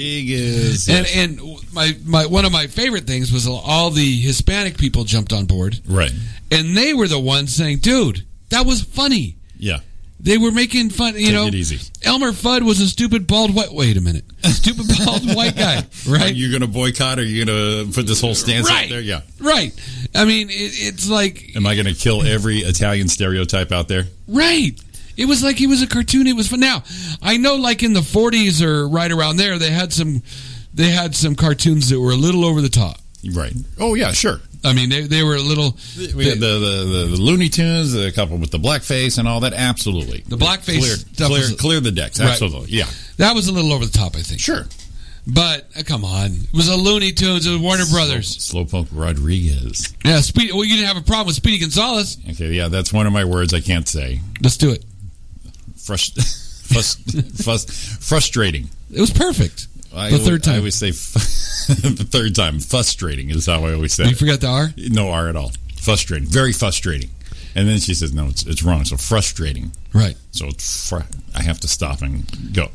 Speaker 7: Rodriguez. And and my my one of my favorite things was all the Hispanic people jumped on board,
Speaker 8: right.
Speaker 7: and they were the ones saying, "Dude, that was funny."
Speaker 8: Yeah.
Speaker 7: They were making fun. You
Speaker 8: Take
Speaker 7: know,
Speaker 8: it easy.
Speaker 7: Elmer Fudd was a stupid bald white. Wait a minute, stupid bald white guy,
Speaker 8: Are
Speaker 7: right?
Speaker 8: you going to boycott? Are you going to put this whole stance
Speaker 7: Right.
Speaker 8: out there? Yeah.
Speaker 7: right. I mean, it, it's like
Speaker 8: Am I going to kill every Italian stereotype out there?
Speaker 7: right. It was like he was a cartoon. It was fun. Now, I know, like in the '40s or right around there, they had some, they had some cartoons that were a little over the top.
Speaker 8: Right. Oh, yeah, sure.
Speaker 7: I mean, they, they were a little.
Speaker 8: We had the, the, the, the Looney Tunes, the couple with the blackface and all that. Absolutely.
Speaker 7: The blackface
Speaker 8: Clear,
Speaker 7: stuff
Speaker 8: clear,
Speaker 7: was-
Speaker 8: clear the decks.
Speaker 7: Right.
Speaker 8: Absolutely. Yeah.
Speaker 7: That was a little over the top, I think.
Speaker 8: Sure.
Speaker 7: But uh, come on, it was a Looney Tunes. It was Warner Brothers.
Speaker 8: Slowpoke Rodriguez.
Speaker 7: Yeah, Speedy. Well, you didn't have a problem with Speedy Gonzalez.
Speaker 8: Okay, yeah, that's one of my words I can't say.
Speaker 7: Let's do it.
Speaker 8: Frust- frust- frust- frustrating.
Speaker 7: It was perfect.
Speaker 8: I
Speaker 7: The
Speaker 8: always-
Speaker 7: third time.
Speaker 8: I always say f- the third time. Frustrating is how I always say.
Speaker 7: You
Speaker 8: it.
Speaker 7: forgot the R.
Speaker 8: No R at all. Frustrating. Very frustrating. And then she says, "No, it's it's wrong." So frustrating.
Speaker 7: Right.
Speaker 8: So it's fr- I have to stop and go.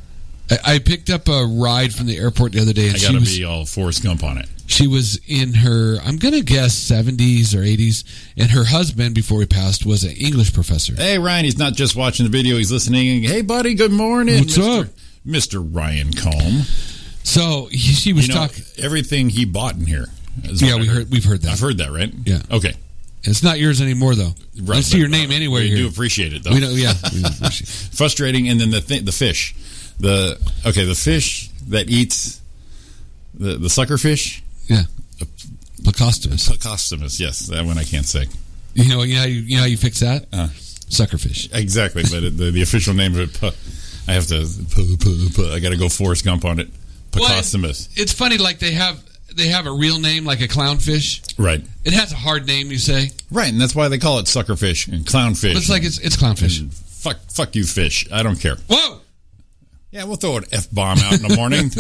Speaker 7: I, I picked up a ride from the airport the other day, and
Speaker 8: I
Speaker 7: she
Speaker 8: gotta
Speaker 7: was
Speaker 8: be all Forrest Gump on it.
Speaker 7: she was in her I'm gonna guess 70s or 80s, and her husband before he passed was an English professor.
Speaker 8: Hey Ryan, he's not just watching the video; he's listening. Hey buddy, good morning.
Speaker 7: What's
Speaker 8: Mr.
Speaker 7: up?
Speaker 8: Mr. Ryan Combe?
Speaker 7: So he, she was
Speaker 8: You know
Speaker 7: talking.
Speaker 8: everything he bought in here. is
Speaker 7: Yeah,
Speaker 8: what I
Speaker 7: we heard we've heard that.
Speaker 8: I've heard that, right?
Speaker 7: Yeah.
Speaker 8: Okay.
Speaker 7: It's not yours anymore though. I don't see
Speaker 8: but,
Speaker 7: your name
Speaker 8: uh,
Speaker 7: anywhere
Speaker 8: we
Speaker 7: here.
Speaker 8: do appreciate it though.
Speaker 7: we know. Yeah. We appreciate-
Speaker 8: Frustrating, and then the th- the fish, the okay, the fish that eats the the sucker fish.
Speaker 7: yeah. Placostomus.
Speaker 8: Costumus, yes, that one I can't say.
Speaker 7: You know, you know, how you, you know how you fix that?
Speaker 8: Uh.
Speaker 7: Suckerfish.
Speaker 8: Exactly, but it, the, the official name of it, puh, I have to, puh, puh, puh, I got to go Forrest Gump on it. Picostomus.
Speaker 7: It's funny, like they have they have a real name, like a clownfish.
Speaker 8: Right.
Speaker 7: It has a hard name, you say.
Speaker 8: Right, and that's why they call it suckerfish and clownfish.
Speaker 7: But it's like it's it's clownfish.
Speaker 8: and fuck, fuck you, fish. I don't care.
Speaker 7: Whoa!
Speaker 8: Yeah, we'll throw an f bomb out in the morning.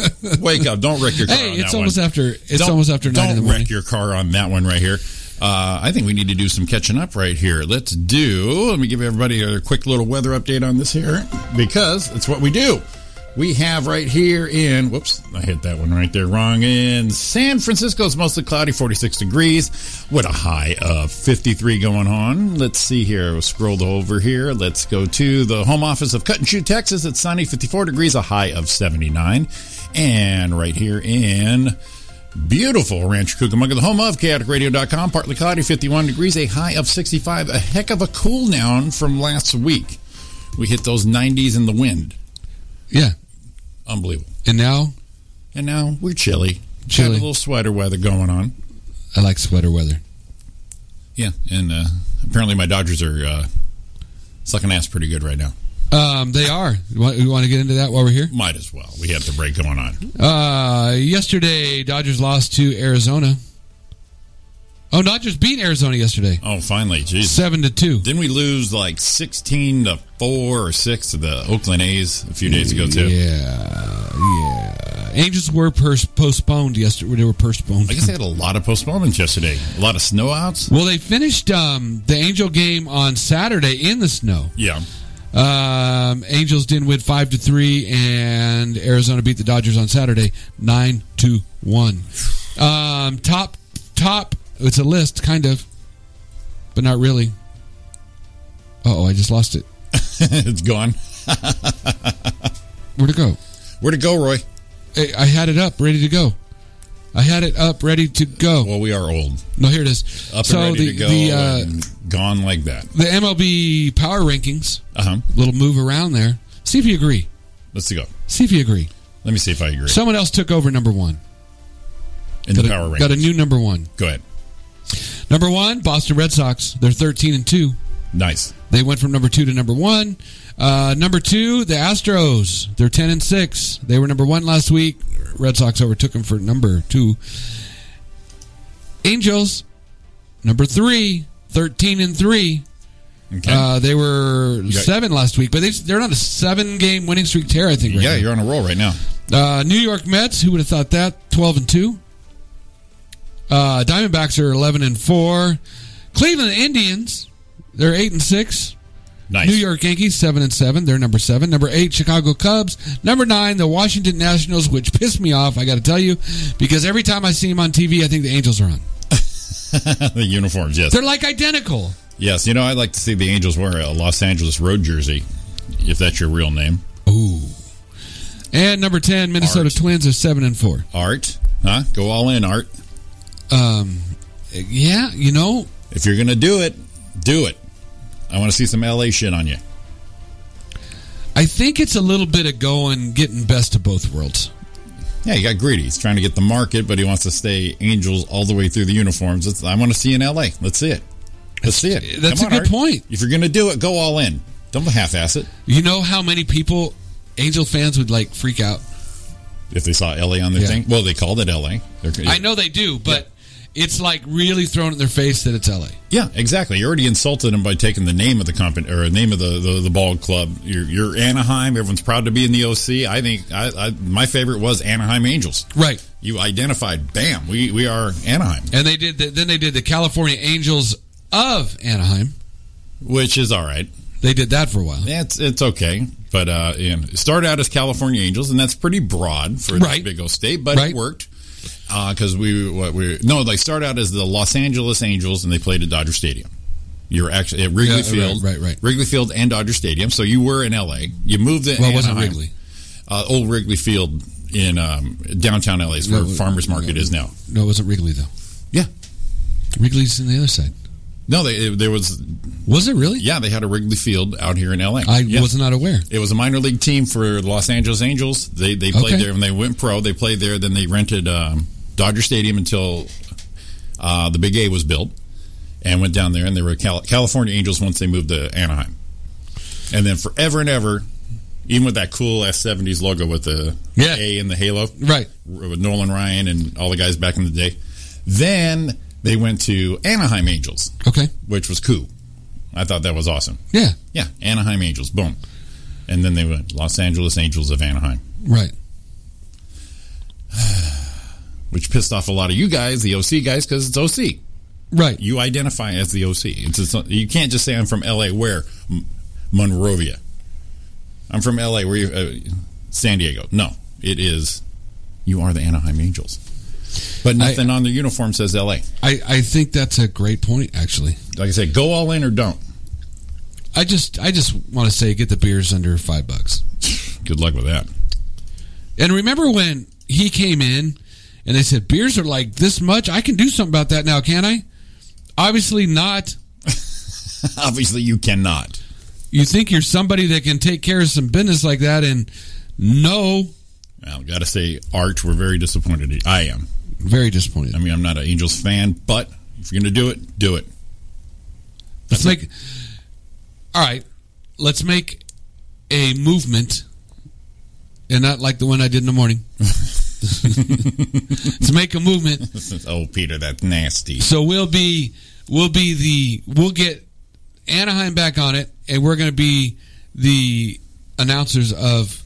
Speaker 8: Wake up! Don't wreck your car.
Speaker 7: Hey,
Speaker 8: on
Speaker 7: it's
Speaker 8: that
Speaker 7: almost
Speaker 8: one.
Speaker 7: after- it's
Speaker 8: Don't-
Speaker 7: almost after nine
Speaker 8: Don't
Speaker 7: in the
Speaker 8: wreck
Speaker 7: morning.
Speaker 8: your car on that one right here. Uh, I think we need to do some catching up right here. Let's do. Let me give everybody a quick little weather update on this here because it's what we do. We have right here in whoops, I hit that one right there wrong. In San Francisco, it's mostly cloudy, 46 degrees, with a high of 53 going on. Let's see here. We'll scroll over here. Let's go to the home office of Cut and Shoot, Texas. It's sunny, 54 degrees, a high of 79. And right here in Beautiful Ranch Cucamonga, the home of chaoticradio.com. Partly cloudy, 51 degrees, a high of 65. A heck of a cool down from last week. We hit those 90s in the wind.
Speaker 7: Yeah,
Speaker 8: Unbelievable.
Speaker 7: and now
Speaker 8: And now we're chilly.
Speaker 7: Chilly.
Speaker 8: Got a little sweater weather going on.
Speaker 7: I like sweater weather.
Speaker 8: Yeah, and uh, apparently my Dodgers are uh, sucking ass pretty good right now.
Speaker 7: Um, they are. You want- We want to get into that while we're here.
Speaker 8: Might as well. We have the break going on.
Speaker 7: Uh, yesterday, Dodgers lost to Arizona. Oh, Dodgers beat Arizona yesterday,
Speaker 8: Oh, finally. Jeez.
Speaker 7: seven to two.
Speaker 8: Didn't we lose like 16 to 4 or 6 to the Oakland A's a few days ago, too?
Speaker 7: Yeah, yeah. Angels were pers- postponed yesterday. They were postponed.
Speaker 8: I guess they had a lot of postponements yesterday. A lot of snow outs.
Speaker 7: Well, they finished um, the Angel game on Saturday in the snow.
Speaker 8: Yeah.
Speaker 7: Um, Angels didn't win five to three, and Arizona beat the Dodgers on Saturday nine to one. Um, top top. It's a list, kind of, but not really. Oh, I just lost it.
Speaker 8: it's gone.
Speaker 7: Where'd it go?
Speaker 8: Where to go, Roy?
Speaker 7: I, I had it up, ready to go. I had it up, ready to go.
Speaker 8: Well, we are old.
Speaker 7: No, here it is.
Speaker 8: Up
Speaker 7: so
Speaker 8: and ready
Speaker 7: the
Speaker 8: to go.
Speaker 7: the uh,
Speaker 8: and gone like that.
Speaker 7: the MLB power rankings,
Speaker 8: Uh huh.
Speaker 7: little move around there. See if you agree.
Speaker 8: Let's go.
Speaker 7: See if you agree.
Speaker 8: Let me see if I agree.
Speaker 7: Someone else took over number one.
Speaker 8: In the
Speaker 7: got a-
Speaker 8: power
Speaker 7: Got a
Speaker 8: rankings.
Speaker 7: new number one.
Speaker 8: Go ahead.
Speaker 7: Number one, Boston Red Sox. They're thirteen and two.
Speaker 8: Nice.
Speaker 7: They went from number two to number one. Uh, number two, the Astros. They're ten and six. They were number one last week. Red Sox overtook them for number two. Angels, number three, 13 and three.
Speaker 8: Okay.
Speaker 7: Uh, they were
Speaker 8: got-
Speaker 7: seven last week, but they, they're on a seven-game winning streak tear. I think. Right
Speaker 8: yeah,
Speaker 7: now.
Speaker 8: you're on a roll right now.
Speaker 7: Uh, New York Mets. Who would have thought that? Twelve and two. Uh, Diamondbacks are eleven and four. Cleveland Indians. They're eight and six.
Speaker 8: Nice.
Speaker 7: New York Yankees seven and seven. They're number seven. Number eight, Chicago Cubs. Number nine, the Washington Nationals, which pissed me off. I got to tell you, because every time I see them on TV, I think the Angels are on.
Speaker 8: the uniforms, yes.
Speaker 7: They're like identical.
Speaker 8: yes, you know, I'd like to see the Angels wear a Los Angeles road jersey, if that's your real name.
Speaker 7: Ooh. And number ten, Minnesota
Speaker 8: Art.
Speaker 7: Twins are seven and four.
Speaker 8: Art. Huh? Go all in, Art.
Speaker 7: Um, yeah, you know,
Speaker 8: If you're going to do it, do it. I want to see some LA shit on you.
Speaker 7: I think it's a little bit of going, getting best of both worlds.
Speaker 8: Yeah, he got greedy. He's trying to get the market, but he wants to stay Angels all the way through the uniforms. It's, I want to see in LA. Let's see it. Let's see it.
Speaker 7: That's
Speaker 8: Come
Speaker 7: a
Speaker 8: on,
Speaker 7: good
Speaker 8: Art.
Speaker 7: point.
Speaker 8: If you're going to do it, go all in. Don't half-ass it.
Speaker 7: You know how many people Angel fans would like freak out?
Speaker 8: If they saw LA on their
Speaker 7: Yeah.
Speaker 8: thing, well, they called it LA. They're-
Speaker 7: I know they do, but it's like really thrown in their face that it's LA.
Speaker 8: Yeah, exactly. You already insulted them by taking the name of the company or name of the the, the ball club. You're, you're Anaheim. Everyone's proud to be in the OC. I think I, I, my favorite was Anaheim Angels.
Speaker 7: Right.
Speaker 8: You identified. Bam. We we are Anaheim,
Speaker 7: And they did the, then they did the California Angels of Anaheim.
Speaker 8: which is all right.
Speaker 7: They did that for a while.
Speaker 8: That's it's okay, but uh, you know, it started out as California Angels, and that's pretty broad for this
Speaker 7: Right.
Speaker 8: big old state, but
Speaker 7: Right.
Speaker 8: it worked because we what we no, they start out as the Los Angeles Angels, and they played at Dodger Stadium. You're actually at Wrigley
Speaker 7: Yeah, right,
Speaker 8: Field,
Speaker 7: right, right.
Speaker 8: Wrigley Field and Dodger Stadium. So you were in L.A. You moved to
Speaker 7: Well, it wasn't
Speaker 8: Anaheim.
Speaker 7: Wrigley.
Speaker 8: uh, old Wrigley Field in um, downtown L.A. is where
Speaker 7: No,
Speaker 8: Farmers
Speaker 7: no,
Speaker 8: Market
Speaker 7: no.
Speaker 8: is now.
Speaker 7: No, it wasn't Wrigley though.
Speaker 8: Yeah,
Speaker 7: Wrigley's on the other side.
Speaker 8: no, they, there was
Speaker 7: Was it really?
Speaker 8: yeah they had a Wrigley Field out here in L.A.
Speaker 7: I
Speaker 8: Yeah.
Speaker 7: was not aware.
Speaker 8: It was a minor league team for the Los Angeles Angels. They they played
Speaker 7: Okay.
Speaker 8: there when they went pro. They played there. Then they rented um, Dodger Stadium until uh, uh, the Big A was built and went down there, and they were Cal- California Angels once they moved to Anaheim, and then forever and ever, even with that cool F seventies logo with the
Speaker 7: Yeah.
Speaker 8: A and the halo,
Speaker 7: Right.
Speaker 8: with Nolan Ryan and all the guys back in the day. Then they went to Anaheim Angels,
Speaker 7: Okay.
Speaker 8: which was cool. I thought that was awesome.
Speaker 7: Yeah.
Speaker 8: Yeah, Anaheim Angels, boom, and then they went Los Angeles Angels of Anaheim.
Speaker 7: Right.
Speaker 8: Which pissed off a lot of you guys, the OC guys, because it's OC.
Speaker 7: Right.
Speaker 8: you identify as the OC. It's, it's you can't just say I'm from LA. Where M- Monrovia? I'm from LA. Where you? Uh, San Diego? No, it is. You are the Anaheim Angels, but nothing on their uniform says LA.
Speaker 7: I, I think that's a great point, actually.
Speaker 8: Like I said, go all in or don't.
Speaker 7: I just I just want to say get the beers under five bucks.
Speaker 8: Good luck with that.
Speaker 7: And remember when he came in and they said beers are like this much? I can do something about that now, can I? Obviously not.
Speaker 8: Obviously, you cannot.
Speaker 7: You think you're somebody that can take care of some business like that, and no,
Speaker 8: Well, gotta say, Arch, we're very disappointed. I am.
Speaker 7: very disappointed.
Speaker 8: I mean, I'm not an Angels fan, but if you're gonna do it, do it.
Speaker 7: Let's make. All right, let's make a movement, and not like the one I did in the morning. let's make a movement
Speaker 8: oh, Peter, that's nasty.
Speaker 7: So we'll be we'll be the we'll get Anaheim back on it, and we're going to be the announcers of.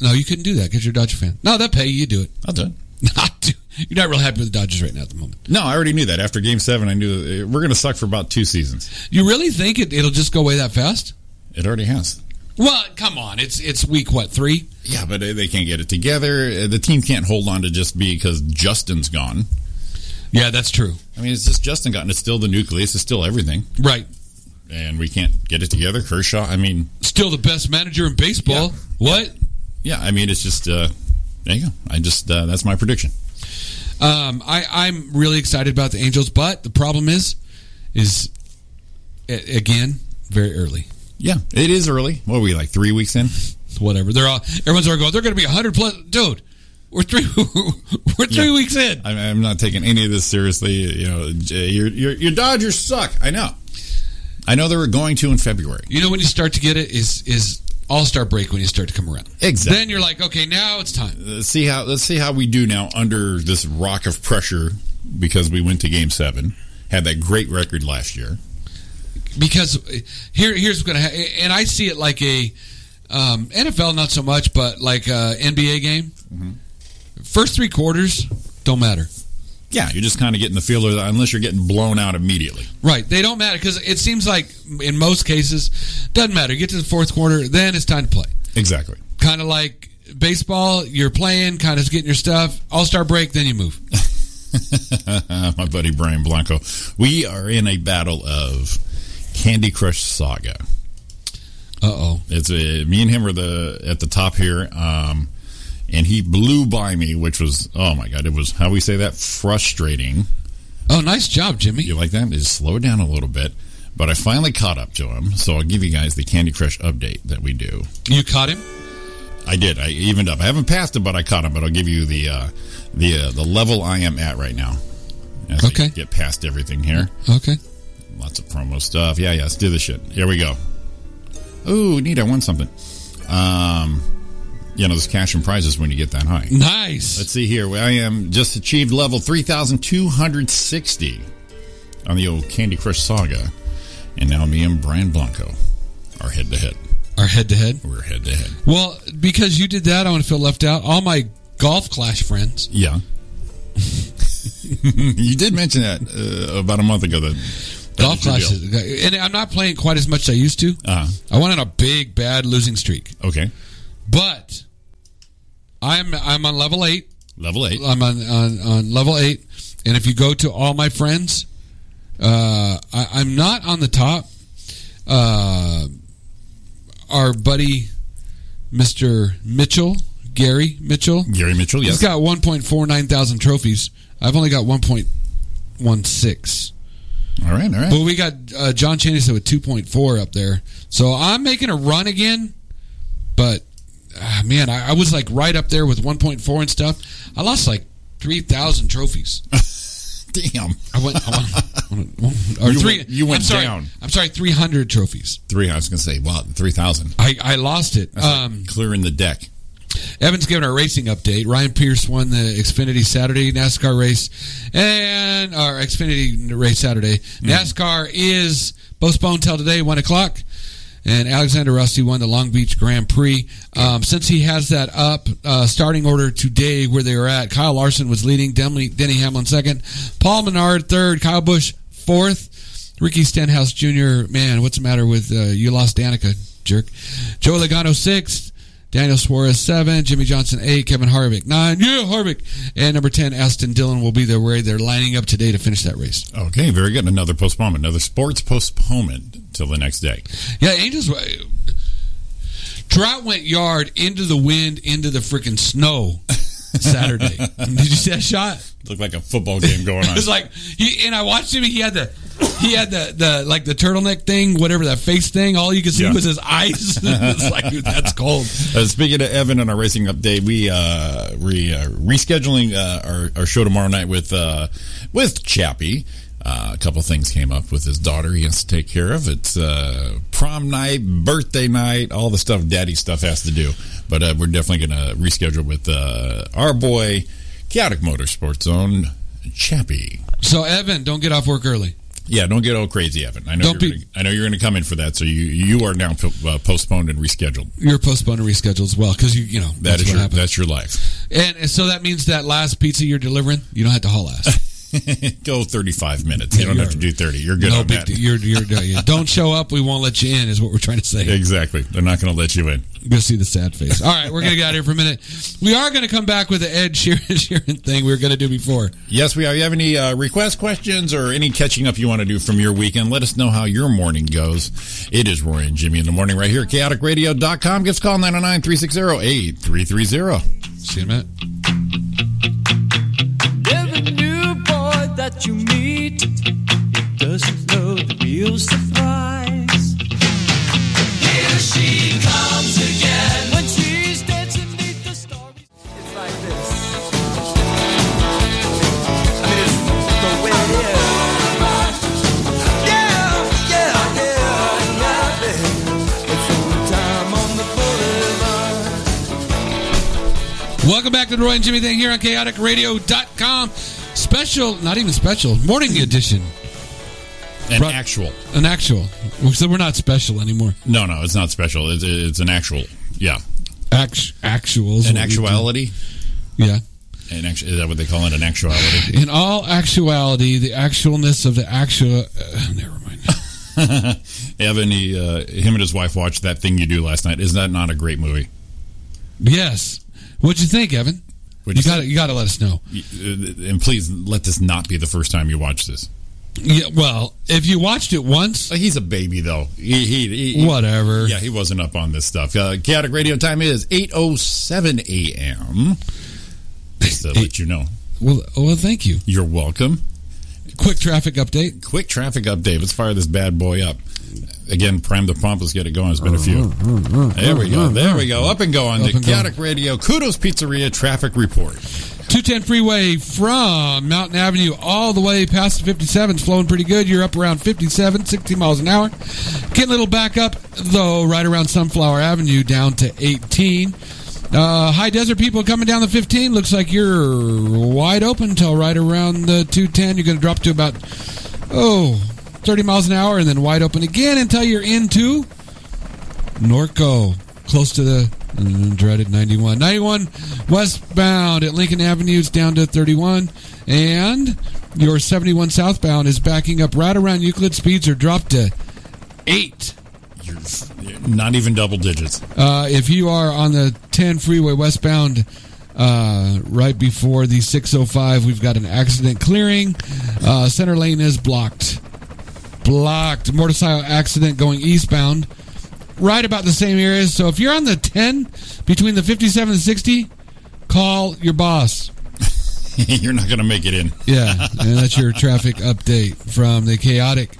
Speaker 7: No, you couldn't do that because you're a Dodger fan. No, that pay you do it.
Speaker 8: I'll do it.
Speaker 7: Not do- you're not real happy with the Dodgers right now at the moment.
Speaker 8: No, I already knew that. After Game Seven, I knew that eh, we're going to suck for about two seasons.
Speaker 7: You really think it, it'll just go away that fast?
Speaker 8: It already has.
Speaker 7: Well, come on, it's it's week what three?
Speaker 8: Yeah, but eh, they can't get it together. Eh, The team can't hold on to just because Justin's gone.
Speaker 7: Yeah, that's true.
Speaker 8: I mean, it's just Justin gone. It's still the nucleus. It's still everything,
Speaker 7: Right,
Speaker 8: and we can't get it together. Kershaw. I mean,
Speaker 7: still the best manager in baseball.
Speaker 8: Yeah.
Speaker 7: What?
Speaker 8: yeah. I mean, it's just. Uh, there you go. I just uh, that's my prediction.
Speaker 7: Um, I, I'm really excited about the Angels, but the problem is, is a- again very early.
Speaker 8: Yeah, it is early. What are we like three weeks in?
Speaker 7: whatever. They're all everyone's already going. They're going to be hundred plus, dude. We're three. we're three
Speaker 8: Yeah.
Speaker 7: weeks in.
Speaker 8: I'm, I'm not taking any of this seriously. You know, J- your your your Dodgers suck. I know. I know they were going to in February.
Speaker 7: You know when you start to get it is is All Star break when you start to come around.
Speaker 8: Exactly.
Speaker 7: Then you're like, okay, now it's time.
Speaker 8: let's see how let's see how we do now under this rock of pressure because we went to game seven had that great record last year
Speaker 7: Because uh, here here's going to ha- and I see it like a um, NFL not so much, but like uh, a NBA game.
Speaker 8: Mm-hmm.
Speaker 7: First three quarters don't matter.
Speaker 8: yeah you're just kind of getting the feel of that unless you're getting blown out immediately
Speaker 7: Right, they don't matter because it seems like in most cases doesn't matter. You get to the fourth quarter, then it's time to play.
Speaker 8: exactly
Speaker 7: kind of like baseball. You're playing, kind of getting your stuff. All star break, then you move.
Speaker 8: my buddy brian blanco we are in a battle of candy crush saga
Speaker 7: Uh oh.
Speaker 8: It's uh me and him are the at the top here, um, and he blew by me, which was oh my god, it was how we say that frustrating.
Speaker 7: Oh, nice job, Jimmy.
Speaker 8: You like that? Just slow it down a little bit. But I finally caught up to him, so I'll give you guys the Candy Crush update that we do.
Speaker 7: You caught him.
Speaker 8: I did. I evened up. I haven't passed him, but I caught him. But I'll give you the uh, the uh, the level I am at right now. As I
Speaker 7: Okay.
Speaker 8: get past everything here.
Speaker 7: Okay.
Speaker 8: Lots of promo stuff. Yeah, yeah. Let's do this shit. Here we go. Ooh, neat. I won something. Um, you know, there's cash and prizes when you get that high.
Speaker 7: Nice.
Speaker 8: Let's see here. I am just achieved level 3,260 on the old Candy Crush Saga. And now me and Brian Blanco are head to head.
Speaker 7: Our head to head.
Speaker 8: We're head to head.
Speaker 7: Well, because you did that, I want to feel left out. All my golf clash friends.
Speaker 8: Yeah. you did mention that uh, about a month ago. That, that
Speaker 7: Golf
Speaker 8: was your
Speaker 7: clashes,
Speaker 8: deal.
Speaker 7: and I'm not playing quite as much as I used to.
Speaker 8: Uh,
Speaker 7: I went on a big bad losing streak,
Speaker 8: okay.
Speaker 7: but I'm I'm on level eight.
Speaker 8: Level 8.
Speaker 7: I'm on, on, on level eight, and if you go to all my friends, uh, I, I'm not on the top. Uh, our buddy, Mister Mitchell, Gary Mitchell,
Speaker 8: Gary Mitchell, yes.
Speaker 7: he's got 1.49 thousand trophies. I've only got 1.16.
Speaker 8: all right, all right.
Speaker 7: But we got uh, John Chanis with 2.4 up there. So I'm making a run again, but ah, man, I, I was like right up there with 1.4 and stuff. I lost like 3,000 trophies.
Speaker 8: Damn.
Speaker 7: I went, I won- I won- or
Speaker 8: You
Speaker 7: three.
Speaker 8: went- you went
Speaker 7: I'm sorry,
Speaker 8: down.
Speaker 7: I'm sorry, three hundred trophies.
Speaker 8: Three, I was going to say, wow, 3,000.
Speaker 7: I, I lost it. Um,
Speaker 8: Clearing the deck.
Speaker 7: Evan's giving our racing update. Ryan Pierce won the Xfinity Saturday NASCAR race, and our Xfinity race Saturday.
Speaker 8: Mm-hmm.
Speaker 7: NASCAR is postponed till today, one o'clock. And Alexander Rusty won the Long Beach Grand Prix. Um, since he has that up, uh, starting order today where they were at, Kyle Larson was leading, Denny, Denny Hamlin second, Paul Menard third, Kyle Busch fourth, Ricky Stenhouse Jr. Man, what's the matter with uh, you lost Danica, jerk? Joe Logano sixth, Daniel Suarez seven, Jimmy Johnson eight, Kevin Harvick nine. Yeah, Harvick and number ten, Aston Dillon will be there where they're lining up today to finish that race.
Speaker 8: Okay, very good. Another postponement. Another sports postponement till the next day.
Speaker 7: Yeah, Angels. uh, Trout went yard into the wind, into the freaking snow. Saturday, did you see that shot?
Speaker 8: Looked like a football game going on.
Speaker 7: It's like he and I watched him. He had the he had the the like the turtleneck thing, whatever that face thing. All you could see
Speaker 8: Yeah.
Speaker 7: was his eyes. it's like dude, that's cold.
Speaker 8: Uh, speaking of Evan and our racing update, we uh, we uh, rescheduling uh, our, our show tomorrow night with uh, with Chappie. Uh, a couple things came up with his daughter he has to take care of. It's uh, prom night, birthday night, all the stuff daddy stuff has to do. But uh, we're definitely going to reschedule with uh, our boy, Chaotic Motorsports Zone, Chappie.
Speaker 7: So Evan, don't get off work early.
Speaker 8: Yeah, don't get all crazy, Evan. I know
Speaker 7: Don't
Speaker 8: you're
Speaker 7: be-
Speaker 8: gonna, I know you're going to come in for that, so you you are now uh, postponed and rescheduled.
Speaker 7: You're postponed and rescheduled as well because you you know
Speaker 8: That
Speaker 7: that's
Speaker 8: is
Speaker 7: what
Speaker 8: your
Speaker 7: happened.
Speaker 8: that's your life.
Speaker 7: And, and so that means that last pizza you're delivering, you don't have to haul ass.
Speaker 8: go 35 minutes. You
Speaker 7: Yeah,
Speaker 8: don't
Speaker 7: you're-
Speaker 8: have to do 30. You're good
Speaker 7: no
Speaker 8: on
Speaker 7: big
Speaker 8: that.
Speaker 7: deal. You're, you're, you don't show up, we won't let you in, is what we're trying to say.
Speaker 8: Exactly. They're not going to let you in.
Speaker 7: Go see the sad face. All right, we're going to get out of here for a minute. We are going to come back with the Ed Sheeran, Sheeran thing we were going to do before.
Speaker 8: Yes, we are. You have any uh, requests, questions, or any catching up you want to do from your weekend? Let us know how your morning goes. It is Roy and Jimmy in the morning right here at chaoticradio.com. Give us a call 909 360 8330.
Speaker 7: See you in a minute.
Speaker 9: Every new boy that you meet it doesn't know the real surprise. Here she comes again when she's dancing beneath the stars. It's like this. I mean, it's the way it is. Yeah, yeah, yeah, yeah, babe. It's old time on the boulevard.
Speaker 7: Welcome back to the Roy and Jimmy thing here on chaoticradio.com. Special, not even special, morning edition,
Speaker 8: An
Speaker 7: Right.
Speaker 8: actual.
Speaker 7: an actual. So we're not special anymore.
Speaker 8: No, no, it's not special. It's, it's an actual. Yeah.
Speaker 7: Act, actuals.
Speaker 8: An actuality?
Speaker 7: Yeah.
Speaker 8: An actu- is that what they call it? An actuality?
Speaker 7: In all actuality, the actualness of the actual. Uh, never mind.
Speaker 8: Evan, he, uh, him and his wife watched that thing you do last night. Is that not a great movie?
Speaker 7: Yes. What'd you think, Evan?
Speaker 8: What'd
Speaker 7: you
Speaker 8: you
Speaker 7: got to you got to let us know.
Speaker 8: and please let this not be the first time you watch this.
Speaker 7: Yeah, well, if you watched it once,
Speaker 8: He's a baby though. He, he, he-
Speaker 7: whatever.
Speaker 8: Yeah, he wasn't up on this stuff. Uh, Chaotic Radio time is eight oh seven a.m. Just to let you know,
Speaker 7: Well, oh, well, thank you.
Speaker 8: you're welcome.
Speaker 7: Quick traffic update.
Speaker 8: Quick traffic update. Let's fire this bad boy up. Again, prime the pump. Let's get it going. It's been a few. There we go. There we go. Up and going.
Speaker 7: Up
Speaker 8: The
Speaker 7: and going.
Speaker 8: Chaotic Radio Kudos Pizzeria traffic report.
Speaker 7: 210 freeway from Mountain Avenue all the way past 57 is flowing pretty good. You're up around 57, 60 miles an hour. Getting a little back up, though, right around Sunflower Avenue down to 18. Uh, high desert people coming down the 15. Looks like you're wide open until right around the 210. You're going to drop to about, oh, 30 miles an hour and then wide open again until you're into Norco, close to the mm, dreaded 91. 91 westbound at Lincoln Avenue is down to 31. And your 71 southbound is backing up right around Euclid. Speeds are dropped to 8.
Speaker 8: You're not even double digits.
Speaker 7: Uh, if you are on the 10 freeway westbound, uh, right before the 605, we've got an accident clearing. Uh, center lane is blocked. Blocked. Motorcycle accident going eastbound. Right about the same area. So if you're on the 10 between the 57 and 60, call your boss.
Speaker 8: you're not going to make it in.
Speaker 7: Yeah. and that's your traffic update from the chaotic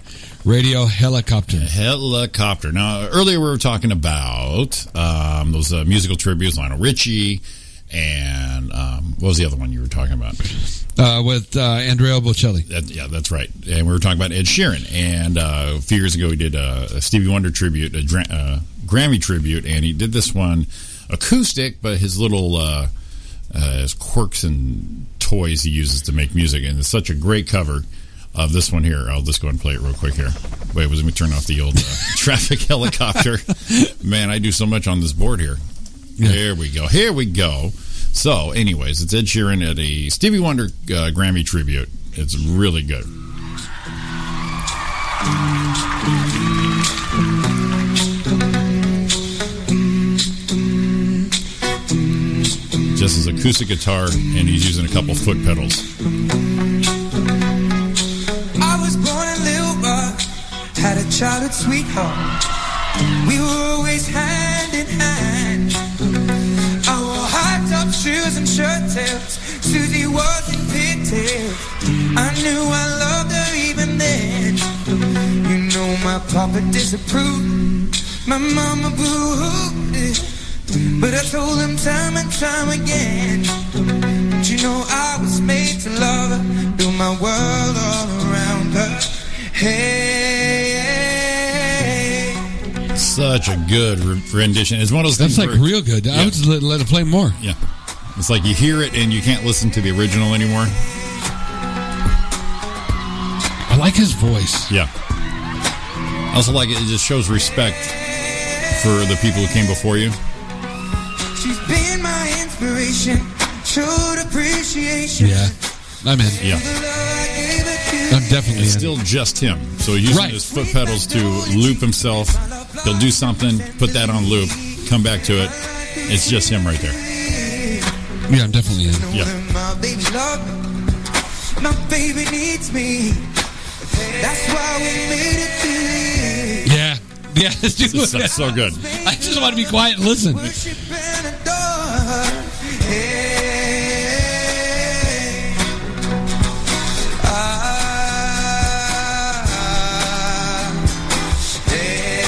Speaker 7: radio helicopter.
Speaker 8: Helicopter. Now, earlier we were talking about um, those uh, musical tributes, Lionel Richie, and um, what was the other one you were talking about?
Speaker 7: uh, with uh, Andrea Bocelli.
Speaker 8: That, yeah, that's right. And we were talking about Ed Sheeran. And uh, a few years ago, he did a, a Stevie Wonder tribute, a Dra- uh, Grammy tribute, and he did this one acoustic, but his little uh, uh, his quirks and toys he uses to make music. And it's such a great cover of this one here. I'll just go and play it real quick here. Wait, was let me turn off the old uh, traffic helicopter. Man, I do so much on this board here. There we go. Here we go. So, anyways, it's Ed Sheeran at a Stevie Wonder uh, Grammy tribute. It's really good. Just his acoustic guitar, and he's using a couple foot pedals.
Speaker 6: I was born in Little Rock, had a childhood sweetheart. We were always hand in hand. I wore high top shoes and shirt tails. Susie was in pigtails. I knew I loved her even then. You know my papa disapproved, my mama boo-hooed. But I told him time and time again. But you know I was made to love her, build my world all around her. Hey,
Speaker 8: Such a good re- rendition. It's one of those
Speaker 7: That's
Speaker 8: things.
Speaker 7: like
Speaker 8: where-
Speaker 7: real good. I
Speaker 8: Yeah.
Speaker 7: would just let, let it play more.
Speaker 8: Yeah. It's like you hear it and you can't listen to the original anymore.
Speaker 7: I like his voice.
Speaker 8: Yeah. I also like it, it just shows respect for the people who came before you.
Speaker 6: she's been my inspiration, showed appreciation.
Speaker 7: Yeah, I'm in.
Speaker 8: Yeah.
Speaker 6: The love I gave her to
Speaker 7: I'm definitely in.
Speaker 8: It's still just him. So he's using
Speaker 7: Right.
Speaker 8: his foot pedals to loop himself. He'll do something, put that on loop, come back to it. It's just him right there.
Speaker 7: yeah, I'm definitely in.
Speaker 8: Yeah.
Speaker 6: Knowing My baby love me. My baby needs me. That's why we made it through the years.
Speaker 7: Yeah, yeah. Let's do
Speaker 8: It's so,
Speaker 7: it.
Speaker 8: so good.
Speaker 7: I just want to be quiet and listen.
Speaker 6: Worship and adore. Hey. Ah. Hey.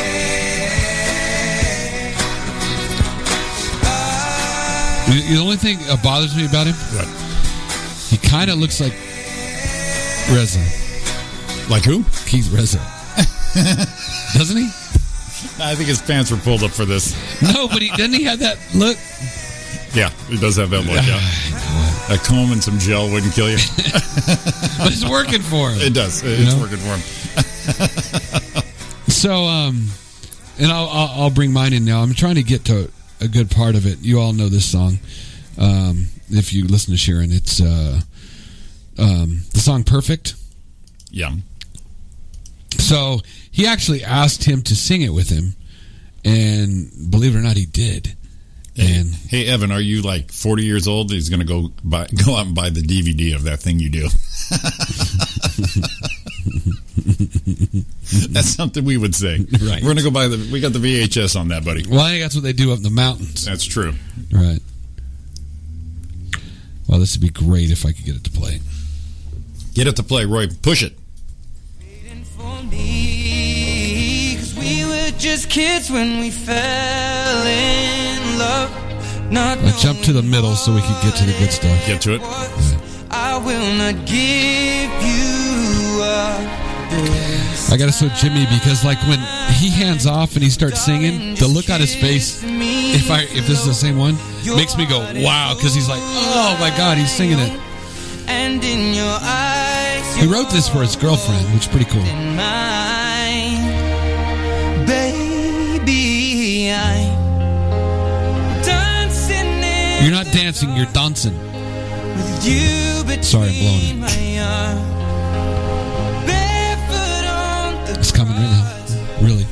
Speaker 6: Ah.
Speaker 7: The the only thing that bothers me about him,
Speaker 8: What?
Speaker 7: he kind of looks like Reza,
Speaker 8: Like who?
Speaker 7: Keith Reza, doesn't he?
Speaker 8: I think his pants were pulled up for this.
Speaker 7: No, but he doesn't. He have that look.
Speaker 8: Yeah, he does have that look. Yeah. A comb and some gel wouldn't kill you.
Speaker 7: But it's working for him.
Speaker 8: It does. It's
Speaker 7: know?
Speaker 8: working for him.
Speaker 7: So, um, and I'll, I'll I'll bring mine in now. I'm trying to get to a good part of it. You all know this song. Um, if you listen to Sharon, it's uh, um, the song "Perfect."
Speaker 8: Yeah.
Speaker 7: So he actually asked him to sing it with him, and believe it or not, he did. And
Speaker 8: Hey Evan, are you like forty years old? He's gonna go buy, go out and buy the DVD of that thing you do. That's something we would say.
Speaker 7: Right.
Speaker 8: We're gonna go buy the. We got the VHS on that, buddy.
Speaker 7: well, I think that's what they do up in the mountains,
Speaker 8: That's true.
Speaker 7: right? Well, this would be great if I could get it to play.
Speaker 8: Get it to play, Roy. Push it.
Speaker 6: waiting for me. Cause we were just kids when we fell in love. Not
Speaker 7: I jumped to the middle so we could get to the good stuff.
Speaker 8: Get to it.
Speaker 6: I will not give you up. This
Speaker 7: I gotta show Jimmy because, like, when he hands off and he starts singing, the look on his face, if I if this is the same one, makes me go wow because he's like, oh my god, he's singing it.
Speaker 6: And in your eyes,
Speaker 7: He wrote this for his girlfriend, which is pretty cool.
Speaker 6: in mine. Baby, I'm dancing in
Speaker 7: You're not dancing, you're dancing.
Speaker 6: with you between
Speaker 7: Sorry, I'm blowing it.
Speaker 6: my arms. Barefoot on the
Speaker 7: It's coming right now. Really.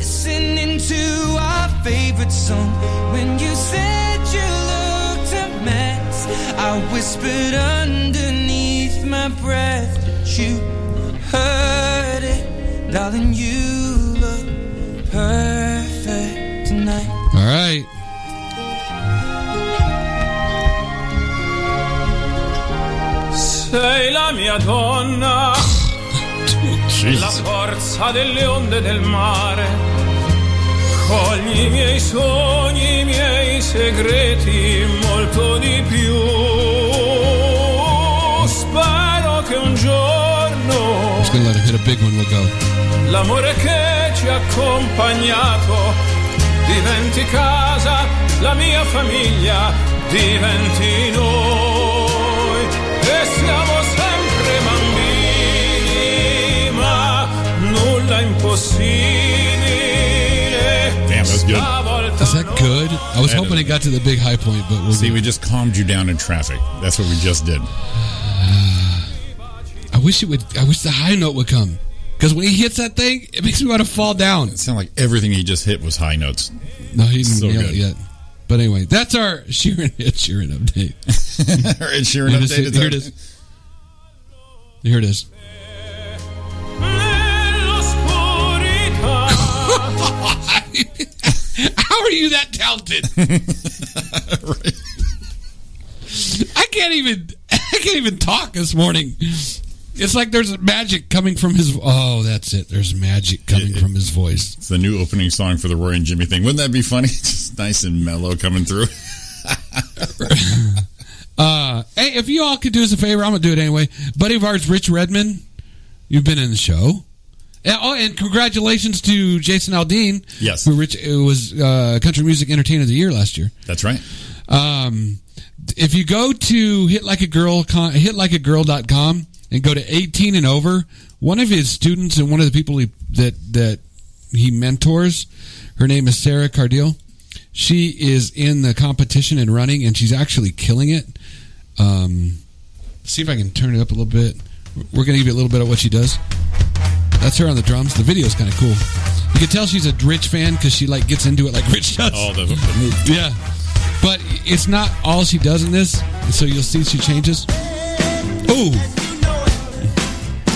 Speaker 6: Listening to our favorite song. When you said you looked a mess, I whispered underneath my breath that you heard it. Darling, you look perfect tonight.
Speaker 7: All right.
Speaker 5: Sei la mia donna, la
Speaker 8: Jesus.
Speaker 5: forza delle onde del mare. Cogli i miei sogni, i miei segreti, molto di più. buongiorno.
Speaker 7: Just gonna let him hit a big one. We'll go.
Speaker 5: L'amore che ci ha accompagnato diventi casa, la mia famiglia diventi noi. E siamo sempre bambini, ma nulla è impossibile.
Speaker 8: Damn, that's good.
Speaker 5: Stavolta
Speaker 7: Is that
Speaker 5: no.
Speaker 7: good? I was hoping it got to the big high point, but we'll
Speaker 8: See, we just calmed you down in traffic. That's what we just did.
Speaker 7: I wish it would. I wish the high note would come because when he hits that thing, it makes me want to fall down.
Speaker 8: It sounded like everything he just hit was high notes.
Speaker 7: No, he didn't
Speaker 8: So
Speaker 7: nail
Speaker 8: good.
Speaker 7: it yet. But anyway, that's our Sheeran Ed Sheeran update.
Speaker 8: All right, Sharon,
Speaker 7: Here it is.
Speaker 8: updated
Speaker 7: Here it is. Here it is.
Speaker 5: Nell'oscurità
Speaker 7: How are you that talented? I can't even. I can't even talk this morning. It's like there's magic coming from his. Oh, that's it. There's magic coming from his voice.
Speaker 8: It's the new opening song for the Roy and Jimmy thing. Wouldn't that be funny? Just nice and mellow coming through.
Speaker 7: Uh, hey, if you all could do us a favor, I'm gonna do it anyway. Buddy of ours, Rich Redmond, you've been in the show. And, oh, and congratulations to Jason Aldean.
Speaker 8: Yes.
Speaker 7: who Rich who was uh, country music entertainer of the year last year.
Speaker 8: That's right.
Speaker 7: Um, if you go to hit like a girl con, hitlikeagirl.com and go to 18 and over, one of his students and one of the people he, that that he mentors, her name is Sarah Cardill. She is in the competition and running, and she's actually killing it. Um, see if I can turn it up a little bit. We're going to give you a little bit of what she does. That's her on the drums. The video's kind of cool. You can tell she's a Rich fan because she like gets into it like Rich does.
Speaker 8: All Oh, the, the move.
Speaker 7: Yeah. But it's not all she does in this, so you'll see she changes. Ooh,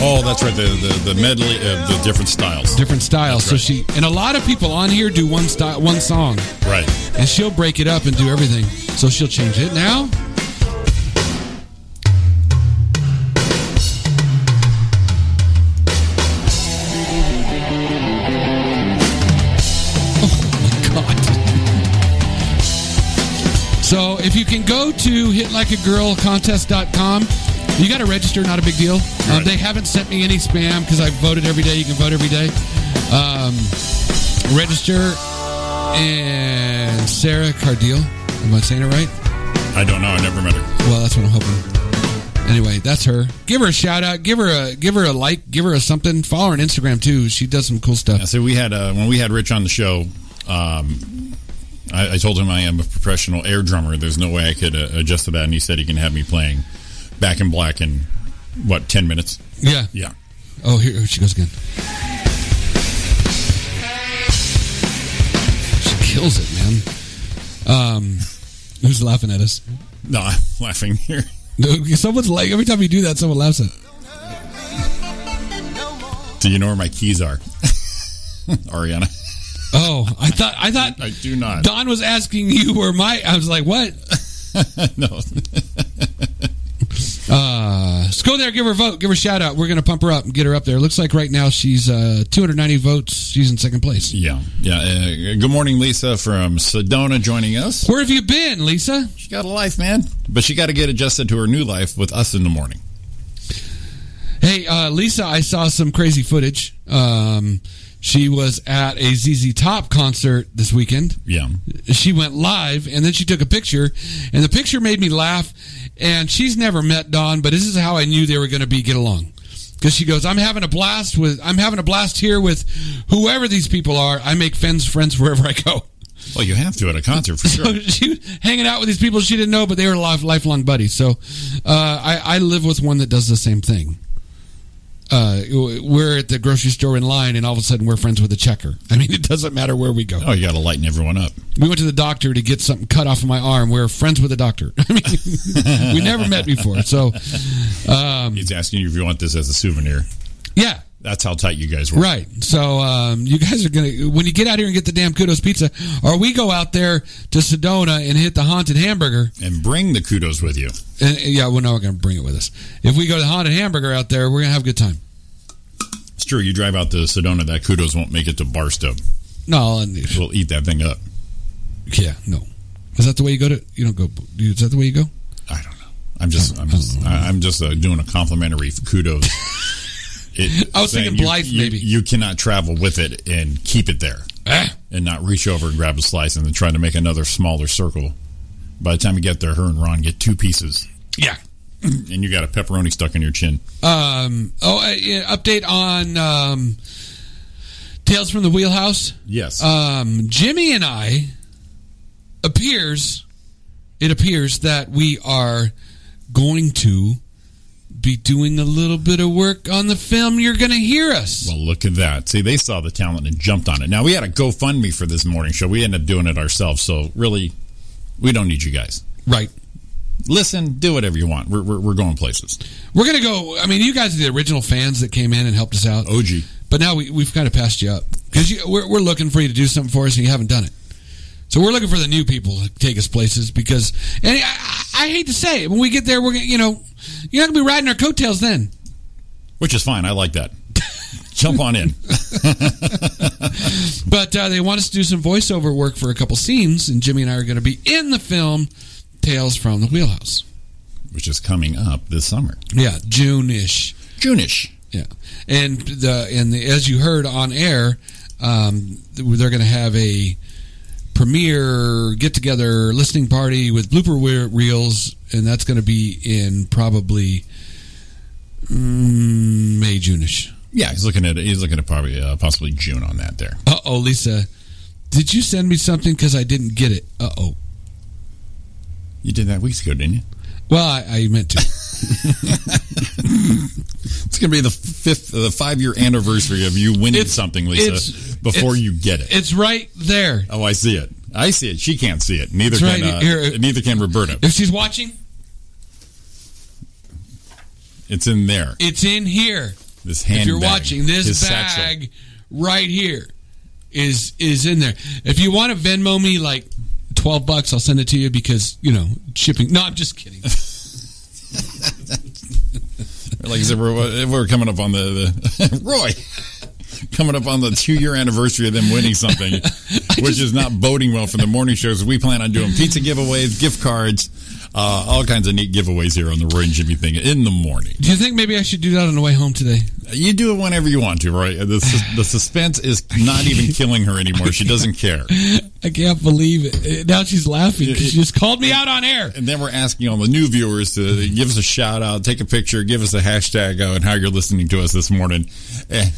Speaker 8: Oh, that's right. The the, the medley of the different styles.
Speaker 7: different styles. So
Speaker 8: right.
Speaker 7: she and a lot of people on here do one style, one song,
Speaker 8: Right.
Speaker 7: and she'll break it up and do everything. So she'll change it now. Oh my God. So if you can go to hitlikeagirlcontest.com, you got to register, not a big deal. Um,
Speaker 8: Right.
Speaker 7: they haven't sent me any spam because I voted every day. You can vote every day. Um, register and Sarah Cardiel. Am I saying it right?
Speaker 8: I don't know. I never met her.
Speaker 7: Well, that's what I'm hoping. Anyway, that's her. Give her a shout out. Give her a give her a like. Give her a something. Follow her on Instagram too. She does some cool stuff.
Speaker 8: Yeah, so we had uh, when we had Rich on the show. Um, I, I told him I am a professional air drummer. There's no way I could uh, adjust to that, and he said he can have me playing back in black in what ten minutes.
Speaker 7: Yeah.
Speaker 8: Yeah.
Speaker 7: Oh, here, here she goes again. She kills it, man. Um, who's laughing at us?
Speaker 8: No, I'm laughing here.
Speaker 7: No, Someone's like every time you do that, someone laughs at.
Speaker 8: Do you know where my keys are, Ariana?
Speaker 7: Oh, I thought I thought
Speaker 8: I do not.
Speaker 7: Don was asking you where my. I was like, what?
Speaker 8: no.
Speaker 7: Uh, so go there, give her a vote, give her a shout out. We're gonna pump her up and get her up there. Looks like right now she's uh 290 votes. She's in second place.
Speaker 8: Yeah. Yeah. Uh, good morning, Lisa from Sedona, joining us.
Speaker 7: Where have you been, Lisa?
Speaker 8: She got a life, man, but she got to get adjusted to her new life with us in the morning.
Speaker 7: Hey, uh, Lisa, I saw some crazy footage. Um, she was at a ZZ Top concert this weekend.
Speaker 8: Yeah.
Speaker 7: She went live and then she took a picture, and the picture made me laugh. And she's never met Don, but this is how I knew they were going to be get along. Because she goes, I'm having a blast with, I'm having a blast here with whoever these people are. I make friends, friends wherever I go.
Speaker 8: Well, you have to at a concert for sure.
Speaker 7: So she was hanging out with these people she didn't know, but they were life, lifelong buddies. So uh, I, I live with one that does the same thing. Uh, we're at the grocery store in line, and all of a sudden we're friends with a checker. I mean, it doesn't matter where we go.
Speaker 8: Oh, you got to lighten everyone up.
Speaker 7: We went to the doctor to get something cut off of my arm. We're friends with a doctor. I mean, we never met before. So, um,
Speaker 8: He's asking you if you want this as a souvenir.
Speaker 7: yeah,
Speaker 8: That's how tight you guys were.
Speaker 7: right. So um, you guys are gonna when you get out here and get the damn kudos pizza, or we go out there to Sedona and hit the haunted hamburger.
Speaker 8: And bring the kudos with you.
Speaker 7: And, and, yeah, we're not going to bring it with us. If we go to the haunted hamburger out there, we're going to have a good time.
Speaker 8: It's true. You drive out to Sedona, that kudos won't make it to Barstow.
Speaker 7: No, and-
Speaker 8: We'll eat that thing up.
Speaker 7: yeah, no. Is that the way you go to? You don't go. Is that the way you go?
Speaker 8: I don't know. I'm just, I'm just, I- I'm just uh, doing a complimentary kudos. It-
Speaker 7: I was
Speaker 8: saying
Speaker 7: thinking
Speaker 8: you-
Speaker 7: Blythe,
Speaker 8: you-
Speaker 7: maybe.
Speaker 8: you cannot travel with it and keep it there
Speaker 7: Ah,
Speaker 8: and not reach over and grab a slice and then try to make another smaller circle. By the time you get there, her and Ron get two pieces,
Speaker 7: yeah.
Speaker 8: and you got a pepperoni stuck in your chin.
Speaker 7: Um, oh, uh, yeah, update on um, Tales from the Wheelhouse.
Speaker 8: Yes,
Speaker 7: Um, Jimmy and I appears it appears that we are going to be doing a little bit of work on the film. You're going to hear us.
Speaker 8: Well, look at that. See, they saw the talent and jumped on it. Now, we had a GoFundMe for this morning show. We ended up doing it ourselves. So, really, we don't need you guys.
Speaker 7: right.
Speaker 8: Listen, do whatever you want. We're, we're, we're going places.
Speaker 7: We're going to go. I mean, you guys are the original fans that came in and helped us out.
Speaker 8: OG.
Speaker 7: But now we, we've kind of passed you up because we're, we're looking for you to do something for us and you haven't done it. So we're looking for the new people to take us places because, and I- I, I hate to say it, when we get there, we're going to, you know, you're not going to be riding our coattails then.
Speaker 8: Which is fine. I like that. Jump on in.
Speaker 7: But uh, they want us to do some voiceover work for a couple scenes, and Jimmy and I are going to be in the film Tales from the Wheelhouse.
Speaker 8: Which is coming up this summer.
Speaker 7: Yeah, June ish.
Speaker 8: June-ish.
Speaker 7: Yeah, and the and the, as you heard on air, um, they're going to have a premiere get together listening party with blooper we- reels, and that's going to be in probably mm, May June ish.
Speaker 8: Yeah, he's looking at he's looking at probably uh, possibly June on that there.
Speaker 7: Uh oh, Lisa, did you send me something because I didn't get it? Uh oh.
Speaker 8: You did that weeks ago, didn't you?
Speaker 7: Well, I, I meant to.
Speaker 8: It's going to be the fifth, the five year anniversary of you winning
Speaker 7: It's-
Speaker 8: something, Lisa,
Speaker 7: it's-
Speaker 8: before
Speaker 7: it's-
Speaker 8: you get it.
Speaker 7: It's right there.
Speaker 8: Oh, I see it. I see it. She can't see it. Neither
Speaker 7: That's
Speaker 8: can
Speaker 7: right.
Speaker 8: uh,
Speaker 7: Here-
Speaker 8: neither can Roberta.
Speaker 7: If she's watching,
Speaker 8: It's in there.
Speaker 7: it's in here.
Speaker 8: This handbag.
Speaker 7: if you're watching, this
Speaker 8: his satchel.
Speaker 7: bag right here is is in there. If you want to Venmo me like twelve bucks, I'll send it to you because you know shipping. No, I'm just kidding.
Speaker 8: Like I said, we're, we're coming up on the, the Roy. Coming up on the two-year anniversary of them winning something, which is not boding well for the morning shows. We plan on doing pizza giveaways, gift cards, uh, all kinds of neat giveaways here on the Roy and Jimmy thing in the morning.
Speaker 7: Do you think maybe I should do that on the way home today?
Speaker 8: You do it whenever you want to, Roy. The, sus- the suspense is not even killing her anymore. She doesn't care.
Speaker 7: I can't believe it. Uh, Now she's laughing because she just called me out on air.
Speaker 8: And then we're asking all the new viewers to give us a shout out, take a picture, give us a hashtag on how you're listening to us this morning. Eh,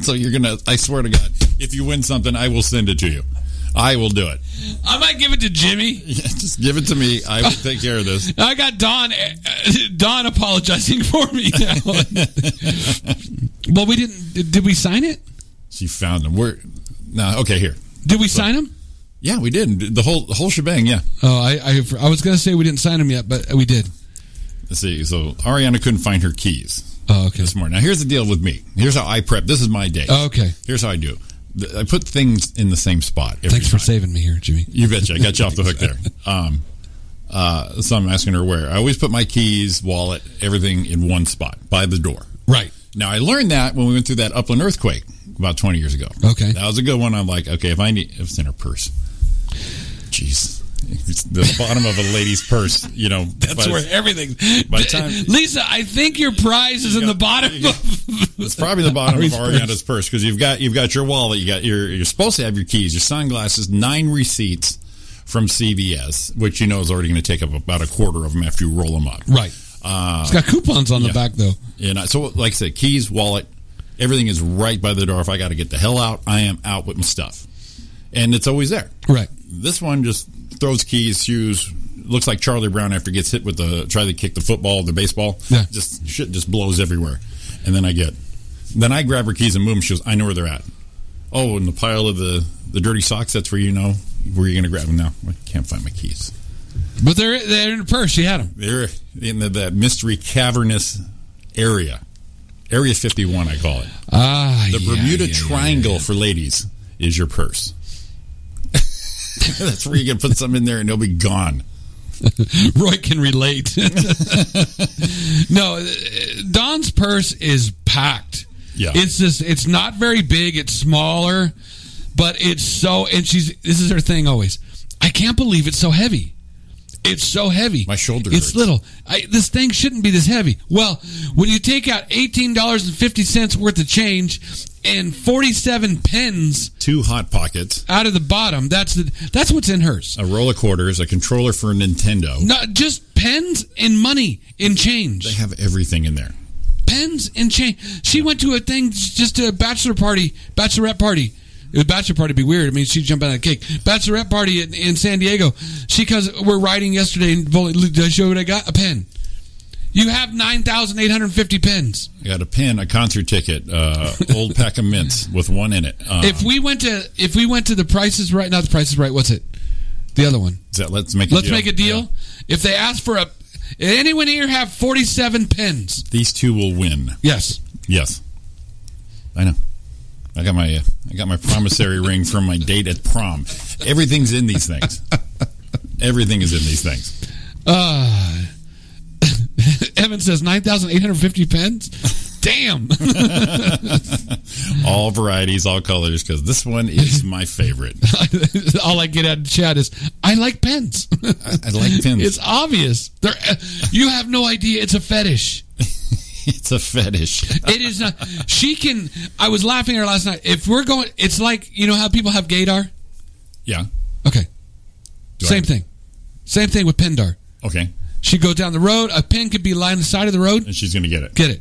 Speaker 8: so you're going to, I swear to God, if you win something, I will send it to you. I will do it.
Speaker 7: I might give it to Jimmy.
Speaker 8: Just give it to me. I will take care of this.
Speaker 7: I got Don uh, Don apologizing for me now. well, we didn't. Did we sign it?
Speaker 8: She found them. We're, no, okay, here.
Speaker 7: Did we sign him?
Speaker 8: Yeah, we did. The whole, the whole shebang, yeah.
Speaker 7: Oh, I, I, I was going to say we didn't sign him yet, but we did.
Speaker 8: Let's see. So Ariana couldn't find her keys.
Speaker 7: Oh, okay.
Speaker 8: this morning. Now, here's the deal with me. Here's how I prep. This is my day.
Speaker 7: Oh, okay.
Speaker 8: Here's how I do. Th- I put things in the same spot. every
Speaker 7: Thanks for
Speaker 8: time.
Speaker 7: saving me here, Jimmy.
Speaker 8: You betcha. I got you off the hook there. Um, uh, so I'm asking her where. I always put my keys, wallet, everything in one spot by the door.
Speaker 7: Right.
Speaker 8: Now I learned that when we went through that Upland earthquake about 20 years ago.
Speaker 7: Okay.
Speaker 8: That was a good one. I'm like, okay, if I need, if it's in her purse. Jeez. It's the bottom of a lady's purse, you know.
Speaker 7: That's
Speaker 8: but
Speaker 7: where everything.
Speaker 8: by time-
Speaker 7: Lisa, I think your prize is in the bottom. Of,
Speaker 8: It's probably the bottom
Speaker 7: Ari's
Speaker 8: of
Speaker 7: purse.
Speaker 8: Ariana's purse because you've got you've got your wallet, you got your you're supposed to have your keys, your sunglasses, nine receipts from CVS, which you know is already going to take up about a quarter of them after you roll them up.
Speaker 7: right.
Speaker 8: Uh,
Speaker 7: It's got coupons on the
Speaker 8: yeah.
Speaker 7: back, though.
Speaker 8: and I, so, like I said, keys, wallet, everything is right by the door. If I got to get the hell out, I am out with my stuff, and it's always there.
Speaker 7: Right.
Speaker 8: This one just throws keys, shoes. Looks like Charlie Brown after he gets hit with the try to kick the football, the baseball.
Speaker 7: Yeah.
Speaker 8: Just shit just blows everywhere. And then I get, then I grab her keys and move them. She goes, I know where they're at. Oh, and the pile of the the dirty socks. That's where you know where you're gonna grab them. Now I can't find my keys.
Speaker 7: But they're, they're in the purse. She had them.
Speaker 8: They're in the, that mystery cavernous area, Area 51, I call it.
Speaker 7: Ah,
Speaker 8: The
Speaker 7: yeah,
Speaker 8: Bermuda
Speaker 7: yeah, yeah,
Speaker 8: Triangle for ladies is your purse. That's where you can put something in there and it'll be gone.
Speaker 7: yeah. Roy can relate. no, uh, Don's purse is packed.
Speaker 8: Yeah.
Speaker 7: It's just, it's not very big. It's smaller, but it's so, and she's, this is her thing always. I can't believe it's so heavy. It's so heavy.
Speaker 8: My shoulder
Speaker 7: It's
Speaker 8: hurts.
Speaker 7: little. I, this thing shouldn't be this heavy. Well, when you take out eighteen dollars and fifty cents worth of change and forty-seven pens
Speaker 8: Two hot pockets,
Speaker 7: out of the bottom, that's the, that's what's in hers.
Speaker 8: a roll of quarters, a controller for a Nintendo.
Speaker 7: Not just pens and money in
Speaker 8: They
Speaker 7: change.
Speaker 8: have everything in there.
Speaker 7: Pens and change. She went to a thing, just a bachelor party, bachelorette party. It was bachelor party would be weird. I mean, she'd jump out of the cake. Bachelorette party in, in San Diego. She cause we're riding yesterday and Vol- did I show you what I got? A pen. You have nine thousand eight hundred fifty pens.
Speaker 8: I got a pen, a concert ticket, uh, old pack of mints with one in it. Uh,
Speaker 7: if we went to if we went to the prices right, not the prices right. What's it? The other one.
Speaker 8: is that let's make a
Speaker 7: Let's
Speaker 8: deal.
Speaker 7: make a deal.
Speaker 8: Yeah.
Speaker 7: If they ask for a, anyone here have forty-seven pins?
Speaker 8: These two will win.
Speaker 7: Yes.
Speaker 8: Yes, I know. I got my uh, I got my promissory ring from my date at prom. Everything's in these things. Everything is in these things.
Speaker 7: Uh, Evan says nine thousand eight hundred fifty pins. Damn.
Speaker 8: All varieties, all colors. Because this one is my favorite.
Speaker 7: All I get out of the chat is I like pens.
Speaker 8: I like pins.
Speaker 7: It's
Speaker 8: It's,
Speaker 7: obvious. They're, uh, you have no idea. It's a fetish.
Speaker 8: a fetish.
Speaker 7: It is not. She can. I was laughing at her last night. If we're going, it's like you know how people have gaydar.
Speaker 8: Yeah.
Speaker 7: Okay.
Speaker 8: Do
Speaker 7: Same
Speaker 8: I-
Speaker 7: thing. Same thing with Pendar.
Speaker 8: Okay.
Speaker 7: She go down the road. A pin could be lying the side of the road.
Speaker 8: And she's gonna get it.
Speaker 7: Get it.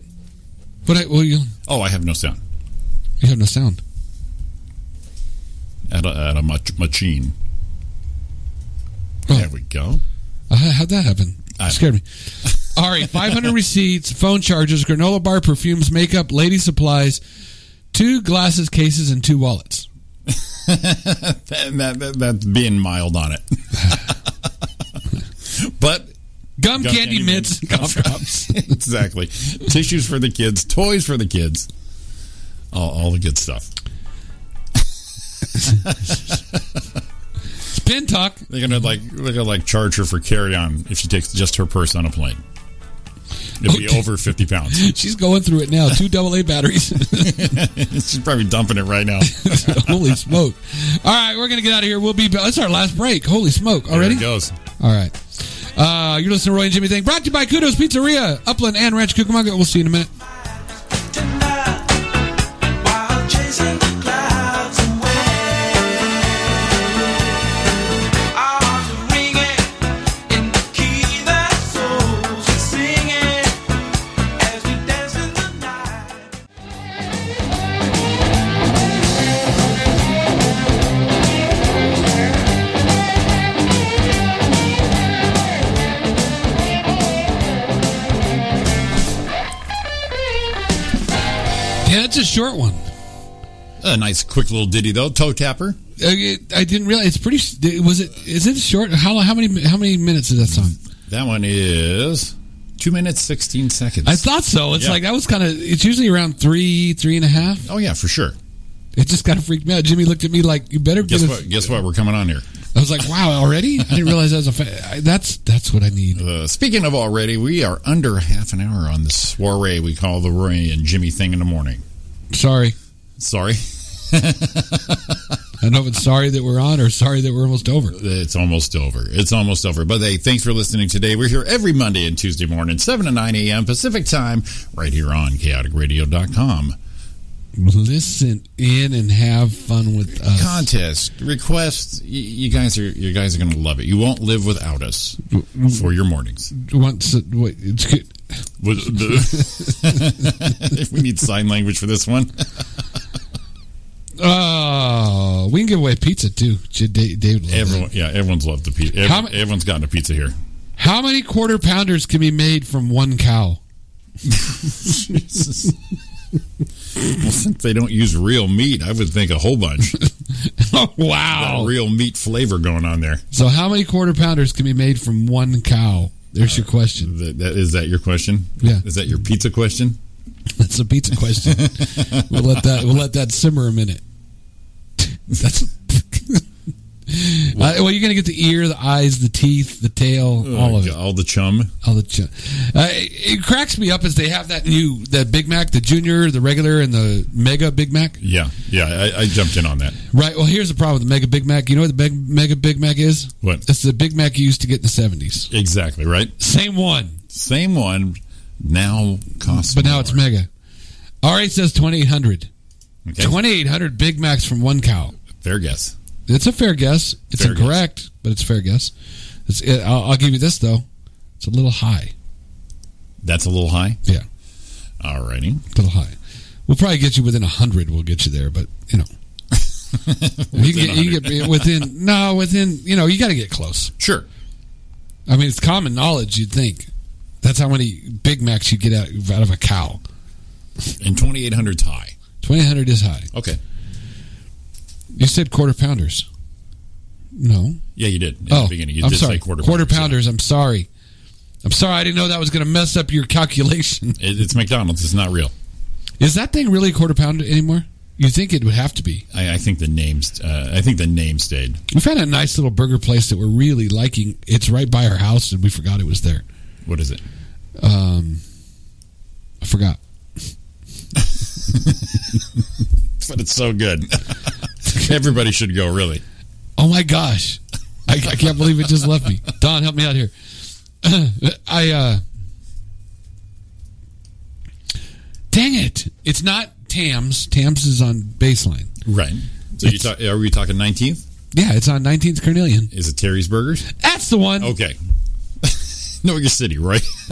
Speaker 7: What? I, well, you
Speaker 8: Oh, I have no sound.
Speaker 7: you have no sound.
Speaker 8: At a, at a mach- machine.
Speaker 7: Oh.
Speaker 8: There we go.
Speaker 7: Uh, how- how'd that happen?
Speaker 8: I-
Speaker 7: Scared me. All right, five hundred receipts, phone charges, granola bar, perfumes, makeup, lady supplies, two glasses cases, and two wallets.
Speaker 8: And that, that, that's being mild on it. but
Speaker 7: Gum,
Speaker 8: Gum
Speaker 7: candy,
Speaker 8: candy
Speaker 7: mints,
Speaker 8: mints,
Speaker 7: cough drops.
Speaker 8: exactly. Tissues for the kids, toys for the kids, all, all the good stuff.
Speaker 7: It's pin talk.
Speaker 8: They're gonna like they're gonna like charge her for carry on if she takes just her purse on a plane. It'll be
Speaker 7: Okay.
Speaker 8: over fifty pounds.
Speaker 7: She's going through it now. Two double A batteries.
Speaker 8: She's probably dumping it right now.
Speaker 7: Holy smoke! All right, we're gonna get out of here. We'll be. That's our last break. Holy smoke!
Speaker 8: There
Speaker 7: Already.
Speaker 8: it goes.
Speaker 7: All right. Uh, you're listening to Roy and Jimmy Thing, brought to you by Kudos Pizzeria, Upland and Ranch Cucamonga. We'll see you in a minute. Yeah, it's a short one.
Speaker 8: A nice quick little ditty though. Toe tapper.
Speaker 7: Uh, it- I didn't realize it's pretty. Was it? Is it short? How how many how many minutes is that song?
Speaker 8: That one is two minutes sixteen seconds.
Speaker 7: I thought so. It's
Speaker 8: Yeah.
Speaker 7: like that was kind of. It's usually around three three and a half.
Speaker 8: oh yeah, for sure.
Speaker 7: It just kind of freaked me out. Jimmy looked at me like, "You better."
Speaker 8: Guess
Speaker 7: give
Speaker 8: what?
Speaker 7: us-"
Speaker 8: Guess what? We're coming on here.
Speaker 7: I was like, "Wow, already?" I didn't realize that was a. Fa- I- that's that's what I need.
Speaker 8: Uh, speaking of already, we are under half an hour on the soiree we call the Roy and Jimmy thing in the morning.
Speaker 7: Sorry.
Speaker 8: Sorry.
Speaker 7: I don't know if it's sorry that we're on or sorry that we're almost over.
Speaker 8: It's almost over. It's almost over. But hey, thanks for listening today. We're here every Monday and Tuesday morning, 7 to 9 a.m. Pacific time, right here on chaoticradio.com.
Speaker 7: Listen in and have fun with us.
Speaker 8: Contest, requests, y- you guys are you guys are going to love it. You won't live without us
Speaker 7: Mm-hmm.
Speaker 8: for your mornings.
Speaker 7: once wait, it's good.
Speaker 8: With the- we need sign language for this one.
Speaker 7: Oh, we can give away pizza too. J- Da- David, loves that.
Speaker 8: Everyone, yeah, everyone's loved the pizza.
Speaker 7: How ma-
Speaker 8: everyone's gotten a pizza here.
Speaker 7: how many quarter pounders can be made from one cow?
Speaker 8: Jesus. well, since they don't use real meat, I would think a whole bunch.
Speaker 7: oh,
Speaker 8: Got
Speaker 7: wow!
Speaker 8: real meat flavor going on there.
Speaker 7: So, how many quarter pounders can be made from one cow? There's your question.
Speaker 8: That, that is that your question?
Speaker 7: Yeah.
Speaker 8: Is that your pizza question?
Speaker 7: That's a pizza question. we'll let that we'll let that simmer a minute. That's. I, Uh, well, you're gonna get the ear, the eyes, the teeth, the tail, all of it.
Speaker 8: All the chum.
Speaker 7: All the ch- uh, it, it cracks me up as they have that new the Big Mac, the Junior, the regular, and the Mega Big Mac.
Speaker 8: Yeah, yeah. I, I jumped in on that.
Speaker 7: Right. Well, here's the problem with the Mega Big Mac. You know what the big, Mega Big Mac is?
Speaker 8: What?
Speaker 7: It's the Big Mac you used to get in the '70s.
Speaker 8: Exactly right.
Speaker 7: Same one.
Speaker 8: Same one. Now costs.
Speaker 7: But now
Speaker 8: more.
Speaker 7: it's mega. RA says 2,800.
Speaker 8: Okay.
Speaker 7: 2,800 Big Macs from one cow.
Speaker 8: Fair guess.
Speaker 7: It's a fair guess. It's
Speaker 8: Fair guess.
Speaker 7: incorrect, but it's a fair guess. It's, it, I'll, I'll give you this, though. It's a little high.
Speaker 8: That's a little high.
Speaker 7: Yeah,
Speaker 8: Alrighty.
Speaker 7: a little high. We'll probably get you within 100. We'll get you there, but, you know. you, can get, you can get within, no, within, you know, you got to get close.
Speaker 8: Sure.
Speaker 7: I mean, it's common knowledge, you'd think. That's how many Big Macs you get out, out of a cow.
Speaker 8: And twenty eight hundred's high.
Speaker 7: 2,800 is high.
Speaker 8: Okay.
Speaker 7: You said quarter pounders. No.
Speaker 8: Yeah, you did. In
Speaker 7: oh,
Speaker 8: the beginning. You
Speaker 7: I'm
Speaker 8: did
Speaker 7: sorry.
Speaker 8: say
Speaker 7: quarter,
Speaker 8: quarter
Speaker 7: pounders. I'm sorry. I'm sorry. I didn't know that was going to mess up your calculation.
Speaker 8: Yeah. It, it's McDonald's. It's not real.
Speaker 7: Is that thing really a quarter pounder anymore? You think it would have to be?
Speaker 8: I, I think the names. Uh, I think the name stayed.
Speaker 7: We found a nice little burger place that we're really liking. It's right by our house, and we forgot it was there.
Speaker 8: What is it?
Speaker 7: Um, I forgot.
Speaker 8: But it's so good. Everybody should go. Really.
Speaker 7: Oh my gosh, I, I can't believe it just left me. Don, help me out here. I uh, dang it! It's not Tams. Tams is on baseline.
Speaker 8: Right. So you talk, are we talking nineteenth?
Speaker 7: Yeah, it's on 19th Carnelian.
Speaker 8: Is it Terry's Burgers?
Speaker 7: That's the one.
Speaker 8: Okay. Know your city, right?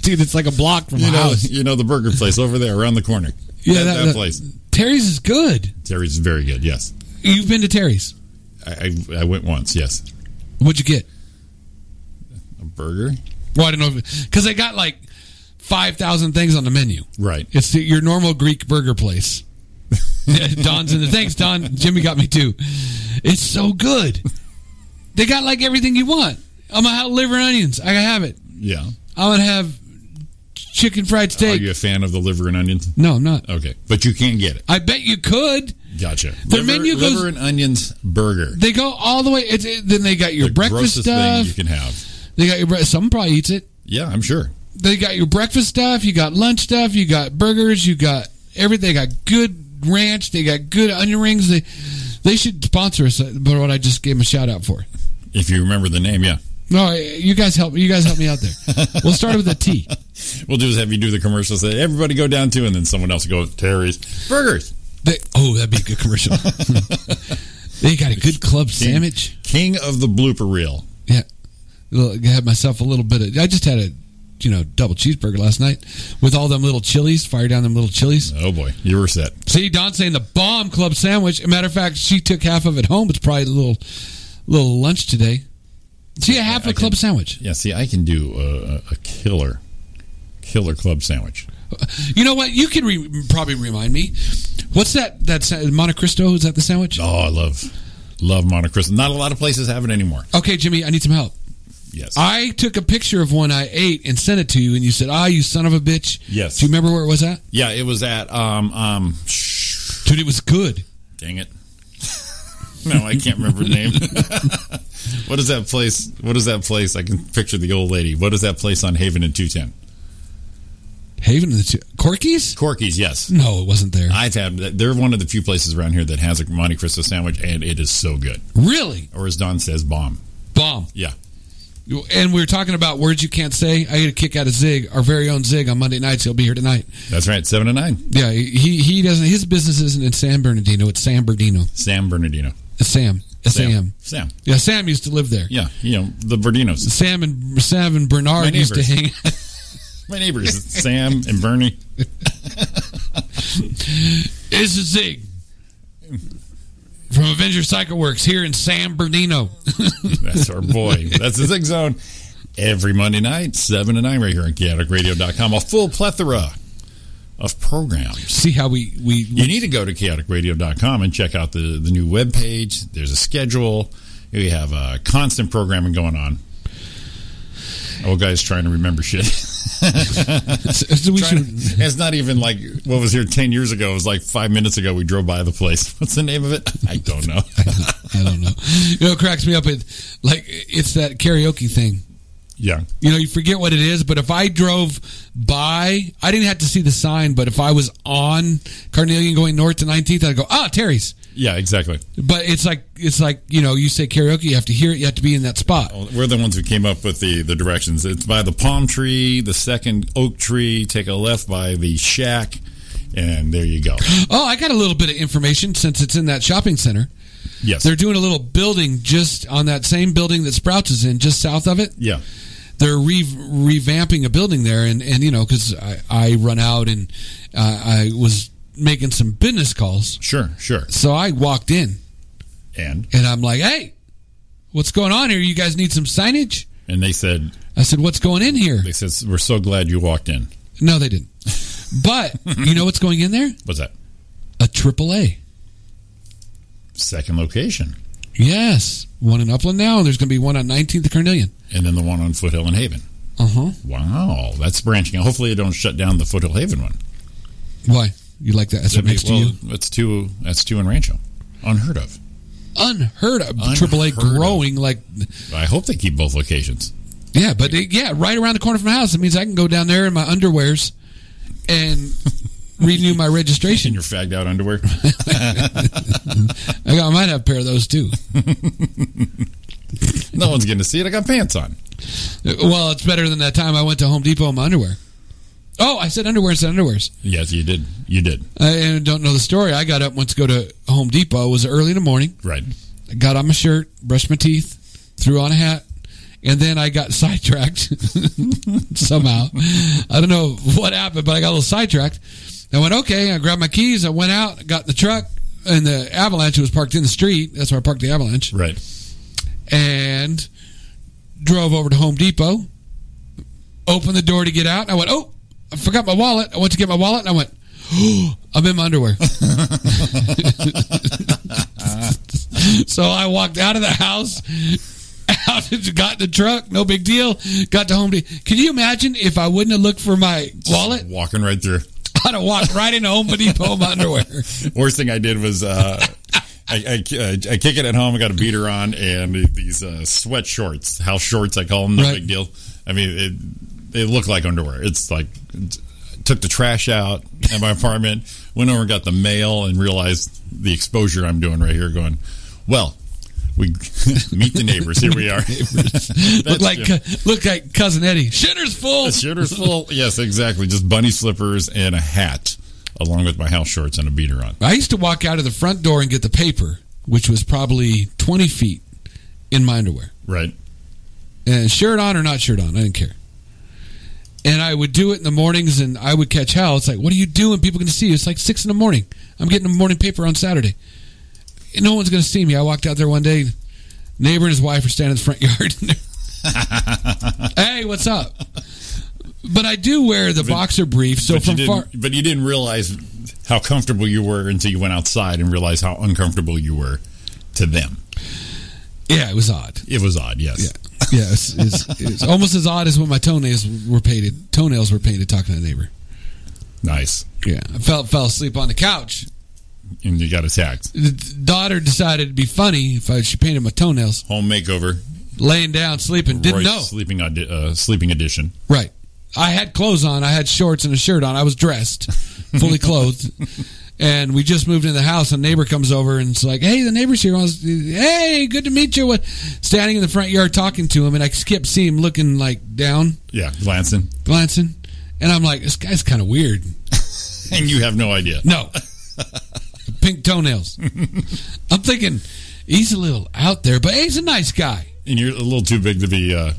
Speaker 7: dude, it's like a block from
Speaker 8: You
Speaker 7: my
Speaker 8: know,
Speaker 7: house.
Speaker 8: you know the burger place over there around the corner.
Speaker 7: Yeah,
Speaker 8: that,
Speaker 7: that-
Speaker 8: that
Speaker 7: that-
Speaker 8: place.
Speaker 7: Terry's is good.
Speaker 8: Terry's is very good. Yes,
Speaker 7: You've been to Terry's.
Speaker 8: I, I, I went once. Yes,
Speaker 7: What'd you get?
Speaker 8: a burger.
Speaker 7: Well, I don't know because they got like five thousand things on the menu.
Speaker 8: Right.
Speaker 7: It's the, your normal Greek burger place. Yeah, Don's in the thanks, Don. Jimmy got me too. It's so good. They got like everything you want. I'm gonna have liver and onions. I gotta have it.
Speaker 8: Yeah.
Speaker 7: I'm gonna have chicken fried
Speaker 8: Are
Speaker 7: steak.
Speaker 8: you a fan of the liver and onions?
Speaker 7: no, I'm not.
Speaker 8: Okay, but you can get it.
Speaker 7: I bet you could.
Speaker 8: Gotcha.
Speaker 7: Their
Speaker 8: liver,
Speaker 7: menu goes-
Speaker 8: liver and onions burger.
Speaker 7: They go all the way. It's, it, then they got your
Speaker 8: the
Speaker 7: breakfast
Speaker 8: grossest thing
Speaker 7: stuff.
Speaker 8: you can have.
Speaker 7: They got your bre- some probably eats it.
Speaker 8: Yeah, I'm sure.
Speaker 7: They got your breakfast stuff. You got lunch stuff. You got burgers. You got everything. They got good ranch. They got good onion rings. They they should sponsor us. uh, But what I just gave them a shout out for.
Speaker 8: If you remember the name, yeah.
Speaker 7: No, I- you guys help. You guys help me out there. We'll start with a T.
Speaker 8: We'll just have you do the commercial. Say everybody go down to, and then someone else will go Terry's burgers.
Speaker 7: They, oh, that'd be a good commercial. they got a good club sandwich.
Speaker 8: King of the blooper reel.
Speaker 7: Yeah, Well, I had myself a little bit of. I just had a you know double cheeseburger last night with all them little chilies. Fire down them little chilies.
Speaker 8: Oh boy, you were set.
Speaker 7: See, Don saying the bomb club sandwich. matter of fact, she took half of it home. It's probably a little, little lunch today. See, a half a club sandwich.
Speaker 8: Yeah, see, I can do a, a killer, killer club sandwich.
Speaker 7: You know what? You can re- probably remind me. What's that? That sa- Monte Cristo? Is that the sandwich?
Speaker 8: Oh, I love, love Monte Cristo. Not a lot of places have it anymore.
Speaker 7: Okay, Jimmy, I need some help.
Speaker 8: Yes,
Speaker 7: I took a picture of one I ate and sent it to you, and you said, "Ah, you son of a bitch."
Speaker 8: Yes.
Speaker 7: Do you remember where it was at?
Speaker 8: yeah, it was at um um. Shh,
Speaker 7: Dude, it was good.
Speaker 8: dang it. no, I can't remember the name. what is that place? What is that place? I can picture the old lady. What is that place on Haven and two ten?
Speaker 7: Haven and the two Corky's?
Speaker 8: Corky's. Yes,
Speaker 7: No, it wasn't there.
Speaker 8: I've had. that- They're one of the few places around here that has a Monte Cristo sandwich, and it is so good.
Speaker 7: really?
Speaker 8: Or as Don says, bomb.
Speaker 7: Bomb.
Speaker 8: Yeah.
Speaker 7: And we were talking about words you can't say. I get a kick out of Zig, our very own Zig, on Monday nights. He'll be here tonight.
Speaker 8: That's right, seven to nine.
Speaker 7: Yeah, he he doesn't. His business isn't in San Bernardino. It's San Bernardino.
Speaker 8: Sam Bernardino.
Speaker 7: It's Sam. It's Sam.
Speaker 8: Sam.
Speaker 7: Yeah, Sam used to live there.
Speaker 8: Yeah, you know the Verdinos.
Speaker 7: Sam and Sam and Bernard
Speaker 8: My
Speaker 7: used to hang.
Speaker 8: neighbors. My neighbors, Sam and Bernie.
Speaker 7: this is Zig from Avenger Cycle Works here in San Bernardino.
Speaker 8: That's our boy. That's the Zig Zone. Every Monday night, 7 to 9, right here on chaoticradio.com. A full plethora of programs.
Speaker 7: See how we we
Speaker 8: You need to go to chaoticradio.com and check out the, the new webpage. There's a schedule. We have uh, constant programming going on. Old guy's trying to remember shit.
Speaker 7: So- so we
Speaker 8: Trying to-
Speaker 7: should.
Speaker 8: it's not even like what was here 10 years ago. It was like five minutes ago. We drove by the place. What's the name of it? I don't know.
Speaker 7: I don't know. You know, it cracks me up. It like it's that karaoke thing.
Speaker 8: yeah.
Speaker 7: You know, you forget what it is. But if I drove by, I didn't have to see the sign. But if I was on Carnelian going north to 19th, I'd go, ah, Terry's.
Speaker 8: Yeah, exactly.
Speaker 7: But it's like it's like you know, you say karaoke, you have to hear it, you have to be in that spot.
Speaker 8: Well, We're the ones who came up with the, the directions. It's by the palm tree, the second oak tree, take a left by the shack, and there you go.
Speaker 7: Oh, I got a little bit of information since it's in that shopping center.
Speaker 8: Yes.
Speaker 7: They're doing a little building just on that same building that Sprouts is in, just south of it.
Speaker 8: yeah.
Speaker 7: They're re- revamping a building there, and, and you know, because I, I run out and uh, I was making some business calls.
Speaker 8: Sure, sure.
Speaker 7: So I walked in
Speaker 8: And
Speaker 7: and I'm like, hey, what's going on here? You guys need some signage?
Speaker 8: and they said
Speaker 7: I said, what's going in here?
Speaker 8: they said we're so glad you walked in.
Speaker 7: No, they didn't. But you know what's going in there?
Speaker 8: What's that?
Speaker 7: A triple A.
Speaker 8: Second location.
Speaker 7: Yes. One in Upland now, and there's going to be one on 19th and Carnelian.
Speaker 8: And then the one on Foothill and Haven.
Speaker 7: Uh
Speaker 8: Uh-huh.
Speaker 7: huh.
Speaker 8: Wow, that's branching. out. Hopefully, they don't shut down the Foothill Haven one.
Speaker 7: Why? You like that? That's
Speaker 8: That'd
Speaker 7: right next
Speaker 8: be- well,
Speaker 7: to you.
Speaker 8: That's two. That's two in Rancho. Unheard of.
Speaker 7: Unheard of.
Speaker 8: Unheard
Speaker 7: Triple A
Speaker 8: of.
Speaker 7: growing like,
Speaker 8: I hope they keep both locations.
Speaker 7: yeah, but it- yeah, right around the corner from my house. It means I can go down there in my underwears and renew my
Speaker 8: In
Speaker 7: registration.
Speaker 8: your fagged out underwear.
Speaker 7: I, got, I might have a pair of those too.
Speaker 8: no one's going to see it. I got pants on.
Speaker 7: Well, it's better than that time I went to Home Depot in my underwear. Oh, I said underwear instead of underwears.
Speaker 8: Yes, you did. You did.
Speaker 7: I I don't know the story. I got up once to go to Home Depot. It was early in the morning.
Speaker 8: Right.
Speaker 7: I got on my shirt, brushed my teeth, threw on a hat, and then I got sidetracked somehow. I don't know what happened, but I got a little sidetracked. I went, okay, I grabbed my keys, I went out, got in the truck, and the avalanche was parked in the street. That's where I parked the avalanche.
Speaker 8: Right.
Speaker 7: And drove over to Home Depot, opened the door to get out, and I went, oh, I forgot my wallet. I went to get my wallet, and I went, "Oh, I'm in my underwear. So I walked out of the house, out and got in the truck, no big deal. Got to Home Depot. Can you imagine if I wouldn't have looked for my wallet?
Speaker 8: Walking right through.
Speaker 7: I'd have walked right into Home Depot in my underwear.
Speaker 8: Worst thing I did was uh, I, I, uh, I kick it at home. I got a beater on and these uh, sweat shorts, house shorts, I call them. No
Speaker 7: Right.
Speaker 8: big deal. I mean, it, they look like underwear. It's like took the trash out at my apartment, went over and got the mail, and realized the exposure I'm doing right here. Going, well, we meet the neighbors. Here we are.
Speaker 7: look
Speaker 8: That's
Speaker 7: like
Speaker 8: Jim.
Speaker 7: look like cousin Eddie. Shitter's full.
Speaker 8: The shooter's full. Yes, exactly. Just bunny slippers and a hat, along with my house shorts and a beater on.
Speaker 7: I used to walk out of the front door and get the paper, which was probably twenty feet in my underwear,
Speaker 8: Right.
Speaker 7: and shirt on or not shirt on, I didn't care. And I would do it in the mornings, and I would catch hell. It's like, what are you doing? People going to see you. It's like six in the morning. I'm getting the morning paper on Saturday. And no one's going to see me. I walked out there one day. Neighbor and his wife are standing in the front yard. hey, what's up? But I do wear the boxer brief, so
Speaker 8: but, you
Speaker 7: from
Speaker 8: didn't,
Speaker 7: far.
Speaker 8: but you didn't realize how comfortable you were until you went outside and realized how uncomfortable you were to them.
Speaker 7: Yeah, it was odd.
Speaker 8: It was odd, yes.
Speaker 7: Yeah, it's, it's, it's almost as odd as when my toenails were painted. Toenails were painted talking to the neighbor.
Speaker 8: Nice.
Speaker 7: Yeah, I fell fell asleep on the couch.
Speaker 8: And you got attacked.
Speaker 7: The daughter decided it'd be funny if I, she painted my toenails,
Speaker 8: Home makeover.
Speaker 7: laying down sleeping. Didn't
Speaker 8: Roy's
Speaker 7: know.
Speaker 8: Sleeping, audi- uh, sleeping edition.
Speaker 7: Right. I had clothes on. I had shorts and a shirt on. I was dressed, fully clothed. and we just moved into the house. A neighbor comes over and it's like, "Hey, the neighbor's here." I was, "Hey, good to meet you." What? Standing in the front yard talking to him, and I skipped, see him looking like down,
Speaker 8: Yeah, glancing.
Speaker 7: glancing, and I'm like, "This guy's kind of weird."
Speaker 8: And you have no idea.
Speaker 7: No. Pink toenails. I'm thinking he's a little out there, but hey, he's a nice guy.
Speaker 8: And you're a little too big to be, uh,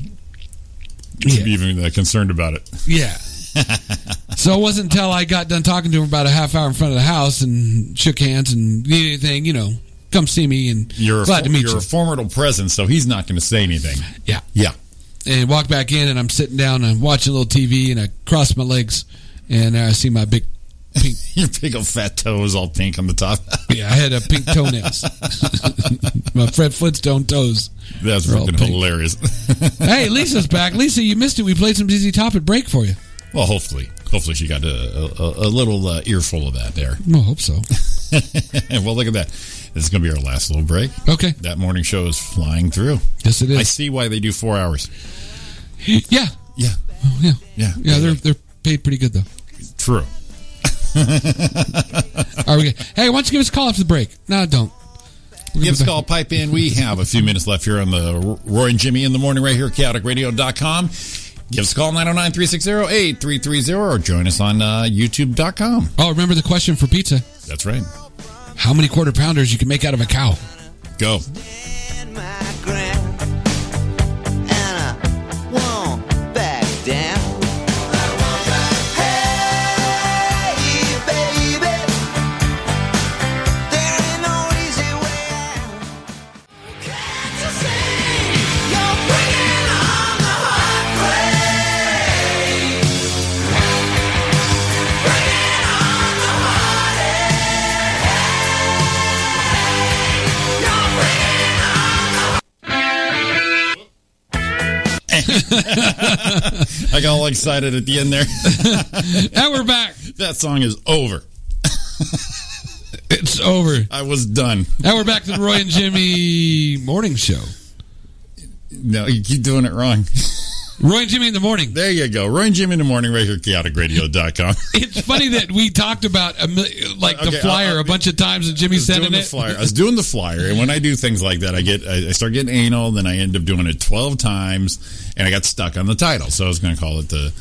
Speaker 8: to
Speaker 7: Yeah.
Speaker 8: be even uh, concerned about it.
Speaker 7: Yeah. so it wasn't until I got done talking to him about a half hour in front of the house and shook hands and need anything, you know, come see me and
Speaker 8: You're a,
Speaker 7: glad to meet
Speaker 8: you're
Speaker 7: you.
Speaker 8: a formidable presence, so he's not going to say anything.
Speaker 7: yeah.
Speaker 8: Yeah.
Speaker 7: And walk back in and I'm sitting down and I'm watching a little TV and I cross my legs and I see my big pink.
Speaker 8: Your big old fat toe is all pink on the top.
Speaker 7: Yeah, I had a pink toenails. my Fred Flintstone toes.
Speaker 8: That's
Speaker 7: They're all
Speaker 8: freaking
Speaker 7: pink.
Speaker 8: hilarious.
Speaker 7: Hey, Lisa's back. Lisa, you missed it. We played some ZZ Top at break for you.
Speaker 8: Well, hopefully, hopefully she got a, a, a little uh, earful of that there.
Speaker 7: Well, I hope so.
Speaker 8: well, look at that. This is going to be our last little break.
Speaker 7: Okay.
Speaker 8: That morning show is flying through.
Speaker 7: Yes, it
Speaker 8: I
Speaker 7: is.
Speaker 8: see why they do four hours.
Speaker 7: Yeah.
Speaker 8: Yeah,
Speaker 7: Oh, yeah.
Speaker 8: yeah,
Speaker 7: Yeah, they're they're paid pretty good though.
Speaker 8: true.
Speaker 7: Are we? Hey, why don't you give us a call after the break? No, don't. We'll
Speaker 8: Give us
Speaker 7: be
Speaker 8: a
Speaker 7: back.
Speaker 8: call, pipe in. We have a few minutes left here on the Roy and Jimmy in the morning right here at chaoticradio.com. Give us a call, 909-360-8330, or join us on uh, youtube.com.
Speaker 7: Oh, remember the question for pizza?
Speaker 8: That's right.
Speaker 7: How many quarter pounders you can make out of a cow?
Speaker 8: Go. I got all excited at the end there.
Speaker 7: And we're back.
Speaker 8: that song is over.
Speaker 7: It's over.
Speaker 8: I was done.
Speaker 7: Now we're back to the Roy and Jimmy morning show.
Speaker 8: No, you keep doing it wrong.
Speaker 7: Roy and Jimmy in the morning.
Speaker 8: There you go. Roy and Jimmy in the morning right here at chaoticradio.com.
Speaker 7: It's funny that we talked about a mil- like the
Speaker 8: Okay,
Speaker 7: flyer
Speaker 8: I'll- I'll-
Speaker 7: a bunch of times, and Jimmy
Speaker 8: was
Speaker 7: said
Speaker 8: doing
Speaker 7: in
Speaker 8: the
Speaker 7: it.
Speaker 8: flyer. I was doing the flyer, and when I do things like that, I get I, I start getting anal, then I end up doing it twelve times, and I got stuck on the title. So I was going to call it the.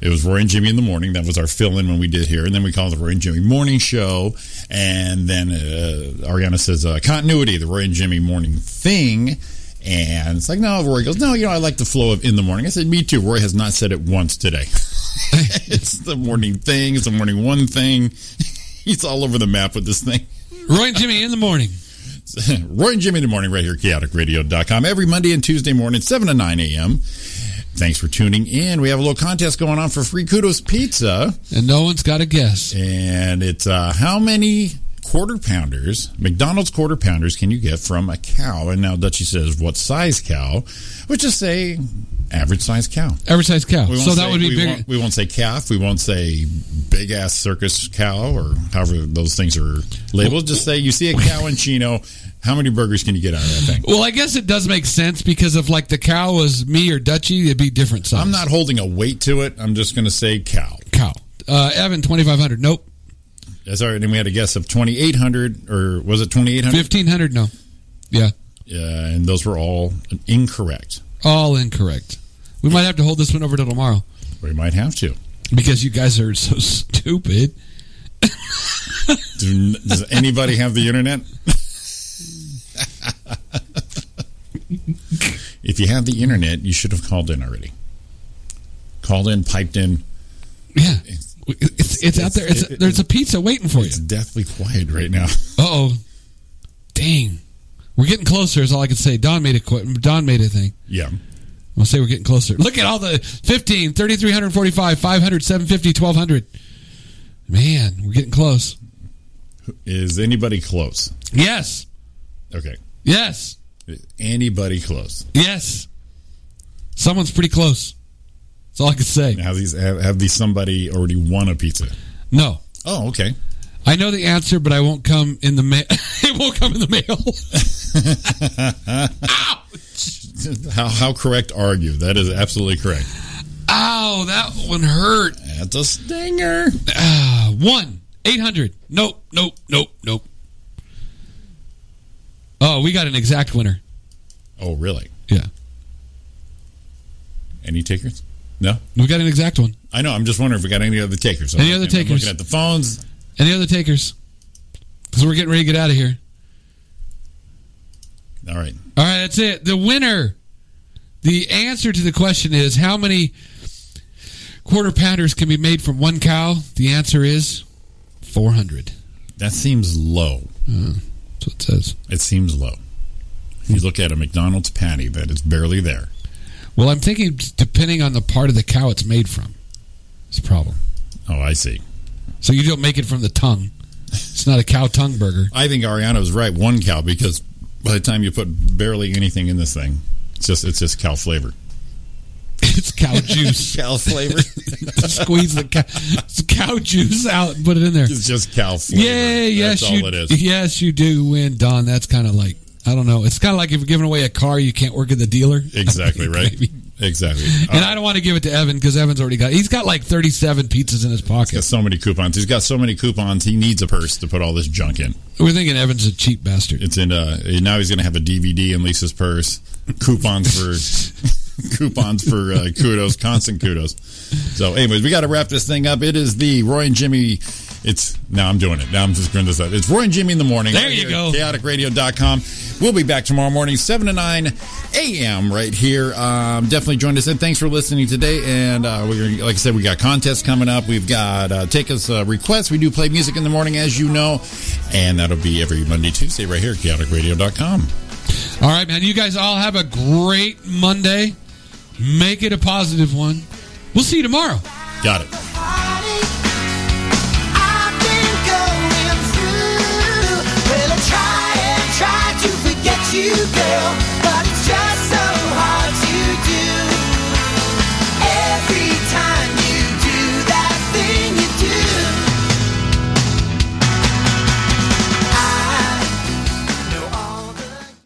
Speaker 8: It was Roy and Jimmy in the morning. That was our fill-in when we did here, and then we called it the Roy and Jimmy morning show. And then uh, Ariana says uh, continuity, the Roy and Jimmy morning thing. And it's like, no, Roy goes, no, you know, I like the flow of in the morning. I said, me too. Roy has not said it once today. it's the morning thing. It's the morning one thing. He's all over the map with this thing.
Speaker 7: Roy and Jimmy in the morning.
Speaker 8: Roy and Jimmy in the morning right here at chaoticradio.com every Monday and Tuesday morning, 7 to 9 a.m. Thanks for tuning in. We have a little contest going on for free kudos pizza.
Speaker 7: And no one's got a guess.
Speaker 8: And it's uh, how many quarter pounders, McDonald's quarter pounders, can you get from a cow? And now Dutchie says, what size cow? Which is say average size cow.
Speaker 7: Every size cow.
Speaker 8: We won't
Speaker 7: So that
Speaker 8: say-
Speaker 7: would be
Speaker 8: we
Speaker 7: bigger.
Speaker 8: Won't, we won't say calf. We won't say big ass circus cow or however those things are labeled. Just say you see a cow in Chino. How many burgers can you get out of that thing?
Speaker 7: Well, I guess it does make sense because if like the cow was me or Dutchie, it'd be different size.
Speaker 8: I'm not holding a weight to it. I'm just going to say cow.
Speaker 7: cow. Uh, Evan, twenty five hundred. Nope.
Speaker 8: That's all right. And we had a guess of 2,800 or was it 2,800?
Speaker 7: Fifteen hundred. No. Yeah.
Speaker 8: Yeah, and those were all incorrect.
Speaker 7: All incorrect. We might have to hold this one over till tomorrow
Speaker 8: We might have to.
Speaker 7: because you guys are so stupid.
Speaker 8: Do, does anybody have the internet? if you have the internet, you should have called in already. Called in, piped in.
Speaker 7: Yeah. It's, it's, out there. It's,
Speaker 8: it-
Speaker 7: there's a pizza waiting for you.
Speaker 8: It's deathly quiet right now.
Speaker 7: Uh oh. Dang. We're getting closer. Is all I can say. Don made a qu- Don made a thing.
Speaker 8: Yeah.
Speaker 7: I'll say we're getting closer. Look at all the 15, 3,345, 500, 750, 1,200. Man, we're getting close.
Speaker 8: Is anybody close?
Speaker 7: Yes.
Speaker 8: Okay.
Speaker 7: Yes.
Speaker 8: Is anybody close?
Speaker 7: Yes. Someone's pretty close. That's all I can say.
Speaker 8: Have these have, have these somebody already won a pizza?
Speaker 7: No.
Speaker 8: Oh, okay.
Speaker 7: I know the answer, but I won't come in the mail. it won't come in the mail.
Speaker 8: How how correct are you? That is absolutely correct.
Speaker 7: Ow, that one hurt.
Speaker 8: That's a stinger.
Speaker 7: Ah, one eight hundred. Nope, nope, nope, nope. Oh, we got an exact winner.
Speaker 8: Oh, really?
Speaker 7: Yeah,
Speaker 8: Any takers? No.
Speaker 7: we got an exact one.
Speaker 8: I know. I'm just wondering if we got any other takers.
Speaker 7: Any other
Speaker 8: I'm looking
Speaker 7: takers?
Speaker 8: at the phones.
Speaker 7: Any other takers? Because we're getting ready to get out of here.
Speaker 8: All right.
Speaker 7: All right, that's it. The winner. The answer to the question is how many quarter pounders can be made from one cow? The answer is four hundred.
Speaker 8: That seems low.
Speaker 7: That's what it says.
Speaker 8: It seems low. If you look at a McDonald's patty that is barely there.
Speaker 7: Well, I'm thinking depending on the part of the cow it's made from. It's a problem.
Speaker 8: Oh, I see.
Speaker 7: So you don't make it from the tongue. It's not a cow tongue burger.
Speaker 8: I think Ariana was right. One cow because by the time you put barely anything in this thing, it's just it's just cow flavor.
Speaker 7: It's cow juice.
Speaker 8: cow flavor.
Speaker 7: Squeeze the cow, it's cow juice out and put it in there.
Speaker 8: It's just cow flavor.
Speaker 7: Yeah, yes,
Speaker 8: That's all
Speaker 7: you,
Speaker 8: it is.
Speaker 7: yes, you do win, Don. That's kind of like I don't know. It's kind of like if you're giving away a car, you can't work at the dealer.
Speaker 8: Exactly right.
Speaker 7: Maybe.
Speaker 8: Exactly. Uh,
Speaker 7: And I don't want to give it to Evan because Evan's already got. He's got like 37 pizzas in his
Speaker 8: He's got
Speaker 7: pocket.
Speaker 8: so many coupons. He's got so many coupons. He needs a purse to put all this junk in.
Speaker 7: We're thinking Evan's a cheap bastard.
Speaker 8: It's in. Uh, now he's going to have a DVD in Lisa's purse. Coupons for coupons for uh, kudos, constant kudos. So, anyways, we got to wrap this thing up. It is the Roy and Jimmy. It's now I'm doing it. Now I'm just doing this up. It's Roy and Jimmy in the morning.
Speaker 7: There
Speaker 8: right
Speaker 7: you
Speaker 8: here
Speaker 7: go.
Speaker 8: at Chaoticradio.com. We'll be back tomorrow morning, seven to nine a.m. Right here. Um, definitely join us and thanks for listening today. And uh, we're like I said, we got contests coming up. We've got uh, take us uh, requests. We do play music in the morning, as you know, and that'll be every Monday, Tuesday, right here at chaoticradio.com.
Speaker 7: All right, man. You guys all have a great Monday. Make it a positive one. We'll see you tomorrow.
Speaker 8: Got it.